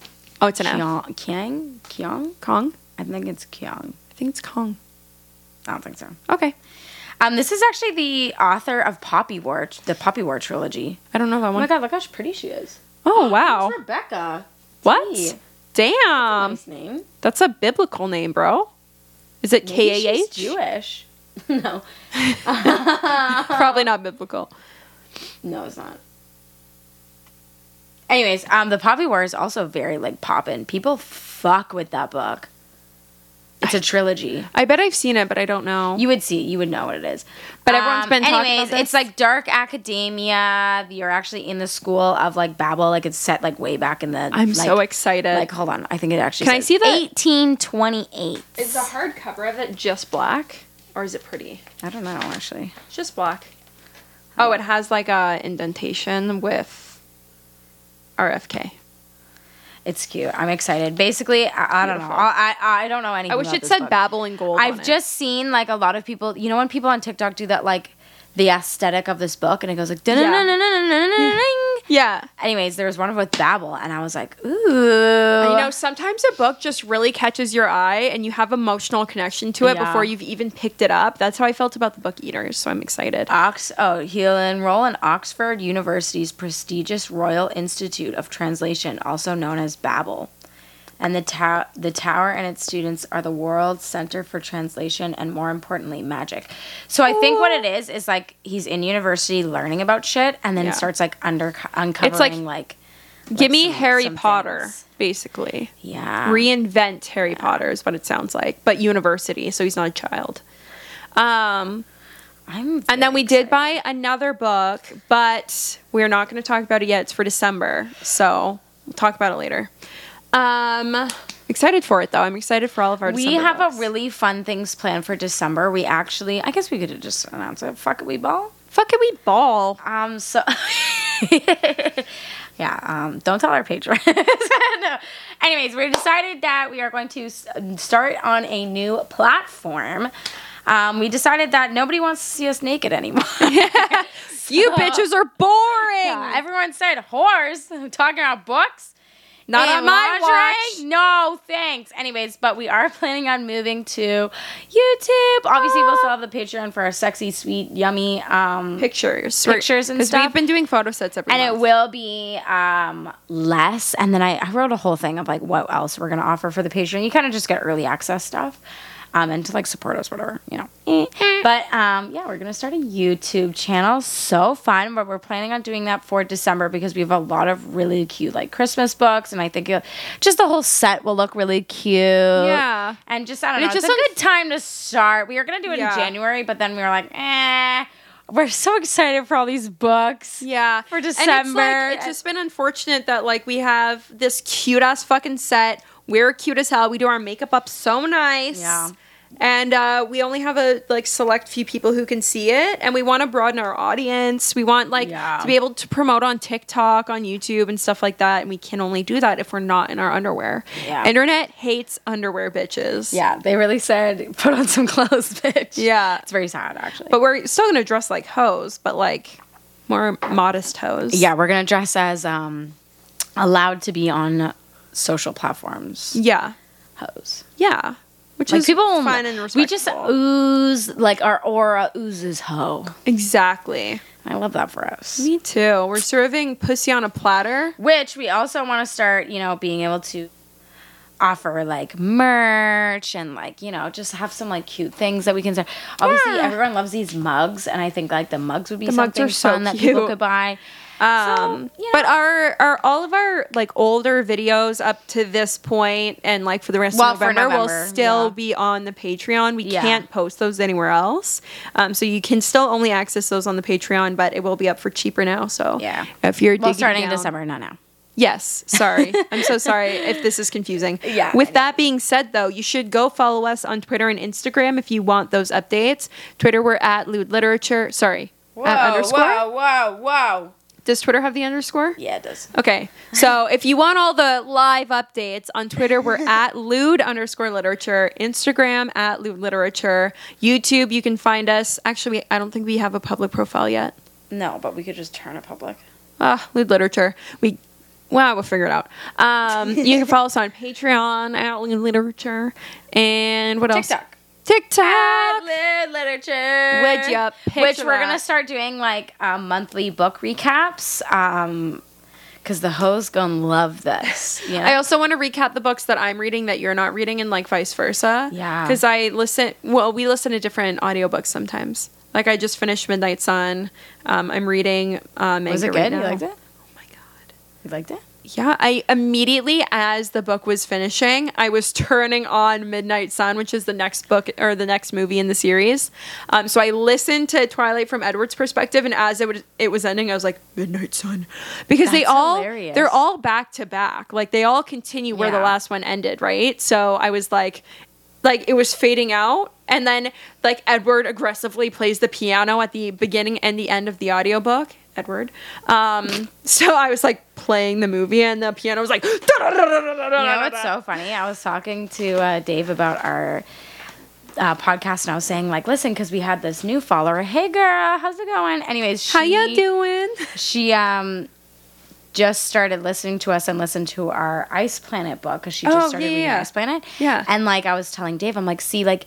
Speaker 2: oh it's an F.
Speaker 1: Kyong Kyang Kyong.
Speaker 2: kong
Speaker 1: I think it's Kyong.
Speaker 2: i think it's kong
Speaker 1: I don't think so.
Speaker 2: okay
Speaker 1: Um, this is actually the author of Poppy War, the Poppy War trilogy.
Speaker 2: i don't know that
Speaker 1: Oh my
Speaker 2: one.
Speaker 1: god, look how pretty she is.
Speaker 2: Oh, wow
Speaker 1: It's Rebecca. T.
Speaker 2: what damn
Speaker 1: nice name.
Speaker 2: that's a biblical name bro is it
Speaker 1: Maybe she's
Speaker 2: k-a-h
Speaker 1: Jewish. no,
Speaker 2: probably not biblical
Speaker 1: No, it's not. Anyways, um, the Poppy War is also very like poppin'. People fuck with that book. It's a trilogy.
Speaker 2: I bet I've seen it, but I don't know.
Speaker 1: You would see, you would know what it is. Um,
Speaker 2: But everyone's been talking about this.
Speaker 1: It's like dark academia. You're actually in the school of like Babel. Like it's set like way back in the.
Speaker 2: I'm
Speaker 1: like-
Speaker 2: so excited.
Speaker 1: Like hold on, I think it actually.
Speaker 2: Can I
Speaker 1: says
Speaker 2: see that?
Speaker 1: 1828.
Speaker 2: is the hardcover of it just black, or is it pretty?
Speaker 1: I don't know actually.
Speaker 2: It's just black. Oh, it has like a indentation with RFK.
Speaker 1: It's cute. I'm excited. Basically, I, I don't know.
Speaker 2: Beautiful.
Speaker 1: I, I I don't know anything.
Speaker 2: I wish
Speaker 1: about
Speaker 2: it
Speaker 1: this
Speaker 2: said
Speaker 1: book.
Speaker 2: Babel in gold. on
Speaker 1: I've
Speaker 2: it.
Speaker 1: just seen like a lot of people. You know when people on TikTok do that like the aesthetic of this book and it goes like. dun-dun-dun-dun-dun-dun-dun-dun.
Speaker 2: yeah.
Speaker 1: Anyways, there was one with Babel, and I was like, ooh.
Speaker 2: You know, sometimes a book just really catches your eye and you have emotional connection to it
Speaker 1: Yeah.
Speaker 2: before you've even picked it up. That's how I felt about the book Eaters, so I'm excited.
Speaker 1: Ox oh he'll enroll in Oxford University's prestigious Royal Institute of Translation, also known as Babel. And the tower the tower and its students are the world's center for translation and more importantly magic. So I think what it is is like he's in university learning about shit and then
Speaker 2: Yeah.
Speaker 1: starts like under uncovering
Speaker 2: like-
Speaker 1: like
Speaker 2: Give me
Speaker 1: some-
Speaker 2: Harry
Speaker 1: some
Speaker 2: Potter,
Speaker 1: things.
Speaker 2: basically. Ah.
Speaker 1: yeah.
Speaker 2: Reinvent Harry Potter is what it sounds like, but university, so he's not a child. Um,
Speaker 1: I'm
Speaker 2: and then
Speaker 1: very
Speaker 2: we did buy another book, but we're not going to talk about it yet. It's for December, so we'll talk about it later. Um, excited for it though. I'm excited for all of our.
Speaker 1: We
Speaker 2: December
Speaker 1: have
Speaker 2: books.
Speaker 1: a really fun things planned for December. We actually, I guess we could have just announced it. Fuck it, we ball.
Speaker 2: fuck it. We ball.
Speaker 1: Um, so yeah, um, don't tell our patrons. no. Anyways, we decided that we are going to s- start on a new platform. Um, we decided that nobody wants to see us naked anymore.
Speaker 2: You bitches are boring.
Speaker 1: Everyone said whores talking about books.
Speaker 2: Not
Speaker 1: and
Speaker 2: on my
Speaker 1: lingerie?
Speaker 2: watch.
Speaker 1: No, thanks. Anyways, but we are planning on moving to YouTube. Obviously, we'll still have the Patreon for our sexy, sweet, yummy um,
Speaker 2: Pictures,
Speaker 1: Pictures and stuff.
Speaker 2: We've been doing photo sets every
Speaker 1: and
Speaker 2: month.
Speaker 1: it will be um, less. And then I, I wrote a whole thing of like what else we're gonna offer for the Patreon. You kind of just get early access stuff, um, and to like support us, whatever you know. Eh. But um, yeah, we're gonna start a YouTube channel. So fun! But we're planning on doing that for December because we have a lot of really cute like Christmas books, and I think it, just the whole set will look really cute.
Speaker 2: Yeah.
Speaker 1: and just I don't
Speaker 2: And
Speaker 1: know,
Speaker 2: it's
Speaker 1: it's,
Speaker 2: just
Speaker 1: a
Speaker 2: on-
Speaker 1: good time to start. We were gonna do it
Speaker 2: Yeah.
Speaker 1: in January, but then we were like, eh. We're so excited for all these books.
Speaker 2: Yeah.
Speaker 1: For
Speaker 2: And it's,
Speaker 1: December.
Speaker 2: like, it's just been unfortunate that like we have this cute ass fucking set. We're cute as hell. We do our makeup up so nice.
Speaker 1: Yeah.
Speaker 2: And uh, we only have a like select few people who can see it, and we want to broaden our audience. We want like
Speaker 1: Yeah.
Speaker 2: to be able to promote on TikTok, on YouTube, and stuff like that. And we can only do that if we're not in our underwear.
Speaker 1: Yeah.
Speaker 2: Internet hates underwear, bitches.
Speaker 1: Yeah, they really said, put on some clothes, bitch.
Speaker 2: Yeah.
Speaker 1: It's very sad, actually.
Speaker 2: But we're still gonna dress like hoes, but like more modest hoes.
Speaker 1: yeah, we're going to dress as um, allowed to be on social platforms.
Speaker 2: Yeah.
Speaker 1: Hose.
Speaker 2: Yeah. Which
Speaker 1: Like
Speaker 2: is
Speaker 1: people will-
Speaker 2: fun and respectful.
Speaker 1: We just ooze, like our aura oozes hoe.
Speaker 2: Exactly.
Speaker 1: I love that for us.
Speaker 2: Me too. We're serving pussy on a platter.
Speaker 1: Which we also want to start, you know, being able to offer like merch and like, you know, just have some like cute things that we can start. Obviously,
Speaker 2: Yeah.
Speaker 1: everyone loves these mugs, and I think like the mugs would be
Speaker 2: The mugs
Speaker 1: something
Speaker 2: are so
Speaker 1: fun that people
Speaker 2: cute.
Speaker 1: could buy.
Speaker 2: Um,
Speaker 1: you know.
Speaker 2: but our our all of our like older videos up to this point and like for the rest
Speaker 1: Well,
Speaker 2: of
Speaker 1: for
Speaker 2: November,
Speaker 1: November,
Speaker 2: will still
Speaker 1: yeah.
Speaker 2: be on the Patreon. We
Speaker 1: Yeah.
Speaker 2: can't post those anywhere else. Um, so you can still only access those on the Patreon, but it will be up for cheaper now. So
Speaker 1: Yeah.
Speaker 2: if you're
Speaker 1: Well,
Speaker 2: digging
Speaker 1: starting in
Speaker 2: down-
Speaker 1: December, not now.
Speaker 2: Yes, sorry. I'm so sorry if this is confusing.
Speaker 1: Yeah, I
Speaker 2: With that being said, though, you should go follow us on Twitter and Instagram if you want those updates. Twitter, we're at lewd literature. Sorry, at underscore.
Speaker 1: whoa, whoa.
Speaker 2: Does Twitter have the underscore?
Speaker 1: Yeah, it does.
Speaker 2: Okay, so if you want all the live updates on Twitter, we're at lewd underscore literature, Instagram at lewd literature, YouTube, you can find us. Actually, I don't think we have a public profile yet.
Speaker 1: No, but we could just turn it public.
Speaker 2: Ah, lewd literature. We, wow, we'll figure it out. Um, you can follow us on Patreon at lewd literature, and what else?
Speaker 1: TikTok.
Speaker 2: TikTok.
Speaker 1: Ad-lib literature.
Speaker 2: Would ya picture
Speaker 1: Which we're going
Speaker 2: that?
Speaker 1: to start doing like um, monthly book recaps. Um, Cause the hoes gonna love this. You know?
Speaker 2: I also want to recap the books that I'm reading that you're not reading, and like vice versa.
Speaker 1: Yeah.
Speaker 2: Because I listen. Well, we listen to different audiobooks sometimes. Like I just finished Midnight Sun. Um, I'm reading. Um,
Speaker 1: was it good?
Speaker 2: Right
Speaker 1: you
Speaker 2: now.
Speaker 1: liked it?
Speaker 2: Oh my god.
Speaker 1: You liked it?
Speaker 2: yeah, I immediately as the book was finishing, I was turning on Midnight Sun, which is the next book or the next movie in the series. Um, so I listened to Twilight from Edward's perspective, and as it would, it was ending, I was like Midnight Sun, because they
Speaker 1: That's
Speaker 2: all
Speaker 1: hilarious.
Speaker 2: they're all back to back, like they all continue where the
Speaker 1: Yeah.
Speaker 2: last one ended, right? So I was like, like it was fading out and then like edward aggressively plays the piano at the beginning and the end of the audiobook edward um so i was like playing the movie and the piano was like
Speaker 1: You know what's so funny? I was talking to uh, Dave about our uh, podcast, and I was saying like, listen, because we had this new follower. Hey, girl, how's it going? Anyways, she,
Speaker 2: how you doing
Speaker 1: She um just started listening to us and listened to our Ice Planet book because she just
Speaker 2: Oh,
Speaker 1: started
Speaker 2: yeah,
Speaker 1: reading
Speaker 2: yeah.
Speaker 1: Ice Planet.
Speaker 2: Yeah.
Speaker 1: and like I was telling Dave, I'm like, see, like.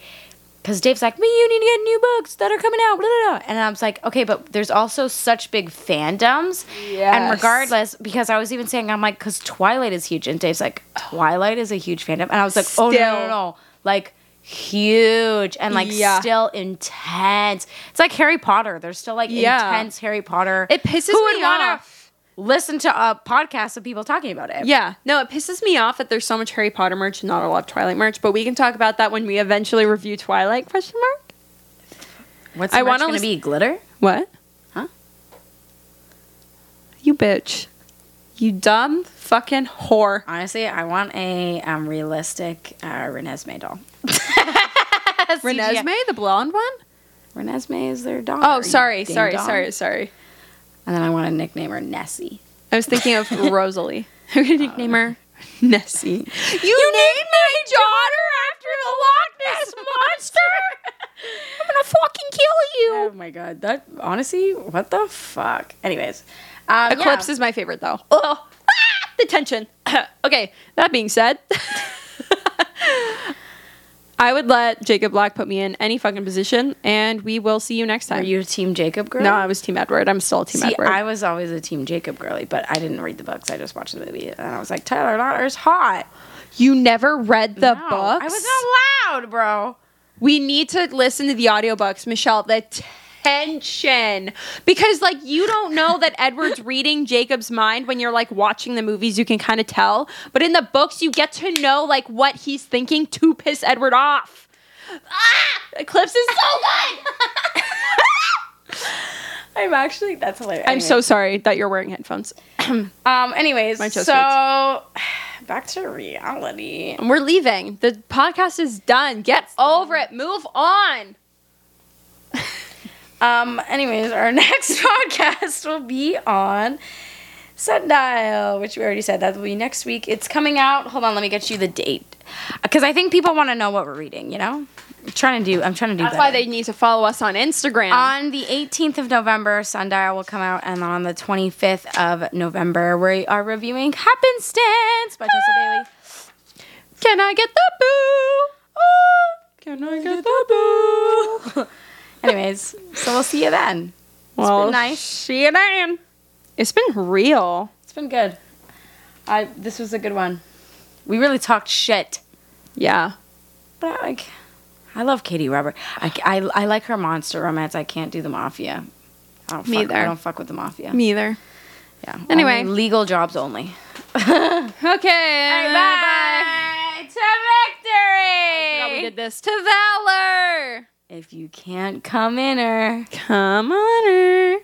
Speaker 1: Because Dave's like, me, you need to get new books that are coming out. Blah, blah, blah. And I was like, okay, but there's also such big fandoms. And
Speaker 2: Yes.
Speaker 1: regardless, because I was even saying, I'm like, because Twilight is huge. And Dave's like, Twilight is a huge fandom. And I was like, oh, no, no, no,
Speaker 2: Still.
Speaker 1: no. Like, huge. And like,
Speaker 2: Yeah.
Speaker 1: still intense. It's like Harry Potter. There's still like
Speaker 2: Yeah.
Speaker 1: intense Harry Potter.
Speaker 2: it pisses
Speaker 1: Who would
Speaker 2: me
Speaker 1: wanna
Speaker 2: off
Speaker 1: Listen to a podcast of people talking about it.
Speaker 2: yeah no it pisses me off that there's so much harry potter merch and not a lot of twilight merch but we can talk about that when we eventually review twilight question mark
Speaker 1: What's
Speaker 2: I
Speaker 1: I want
Speaker 2: wanna
Speaker 1: to
Speaker 2: lis-
Speaker 1: be glitter.
Speaker 2: what
Speaker 1: Huh?
Speaker 2: you bitch you dumb fucking whore
Speaker 1: Honestly, I want a um, realistic uh, Renesmee doll.
Speaker 2: Renesmee, the blonde one?
Speaker 1: Renesmee is their daughter.
Speaker 2: Oh,
Speaker 1: you
Speaker 2: sorry,
Speaker 1: ding
Speaker 2: sorry,
Speaker 1: dong.
Speaker 2: sorry, sorry.
Speaker 1: And then I want to nickname her Nessie.
Speaker 2: I was thinking of Rosalie. I'm gonna nickname her Nessie. You, named my daughter after the Loch Ness monster. I'm gonna fucking kill you.
Speaker 1: Oh my god, that honestly, what the fuck? Anyways, um,
Speaker 2: Eclipse
Speaker 1: yeah.
Speaker 2: is my favorite though. Oh, ah, the tension. okay, that being said, I would let Jacob Black put me in any fucking position, and we will see you next
Speaker 1: Are
Speaker 2: time.
Speaker 1: you a Team Jacob girl?
Speaker 2: no, I was Team Edward. I'm still Team
Speaker 1: See,
Speaker 2: Edward.
Speaker 1: I was always a Team Jacob girly, but I didn't read the books. I just watched the movie, and I was like, Tyler Lautner's hot.
Speaker 2: you never read the
Speaker 1: No, I
Speaker 2: books.
Speaker 1: was not allowed, bro.
Speaker 2: We need to listen to the audiobooks, Michelle. The tension. Because, like, you don't know that Edward's reading Jacob's mind when you're, like, watching the movies. You can kind of tell. But in the books, you get to know, like, what he's thinking to piss Edward off. Ah! Eclipse is so good!
Speaker 1: I'm actually that's hilarious.
Speaker 2: I'm so sorry that you're wearing headphones.
Speaker 1: um. Anyways,
Speaker 2: My chest
Speaker 1: so back to reality.
Speaker 2: And we're leaving. The podcast is done. Get over it. Move on.
Speaker 1: Um. Anyways, our next podcast will be on Sundial, which we already said that will be next week. It's coming out. Hold on, let me get you the date because I think people want to know what we're reading. You know, I'm trying to do. I'm trying to do.
Speaker 2: That's why
Speaker 1: better.
Speaker 2: they need to follow us on Instagram.
Speaker 1: On the 18th of November, Sundial will come out, and on the 25th of November, we are reviewing Happenstance by Tessa Bailey.
Speaker 2: Can I get the boo? Can I get the boo?
Speaker 1: Anyways, so we'll see you then.
Speaker 2: Well,
Speaker 1: nice.
Speaker 2: See you then. It's been real.
Speaker 1: It's been good. I this was a good one. We really talked shit,
Speaker 2: Yeah.
Speaker 1: but I, like, I love Katie Robert. I, I, I like her monster romance. I can't do the mafia. I don't
Speaker 2: Me
Speaker 1: fuck, I
Speaker 2: either.
Speaker 1: don't fuck with the mafia.
Speaker 2: Me either.
Speaker 1: Yeah.
Speaker 2: Anyway.
Speaker 1: Only legal jobs only.
Speaker 2: Okay.
Speaker 1: bye. To
Speaker 2: Forgot we
Speaker 1: victory.
Speaker 2: did this to Valor.
Speaker 1: If you can't come in her.
Speaker 2: Come on, her.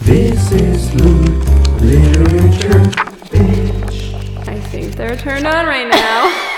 Speaker 3: This is Luke Literature Bitch.
Speaker 2: I think they're turned on right now.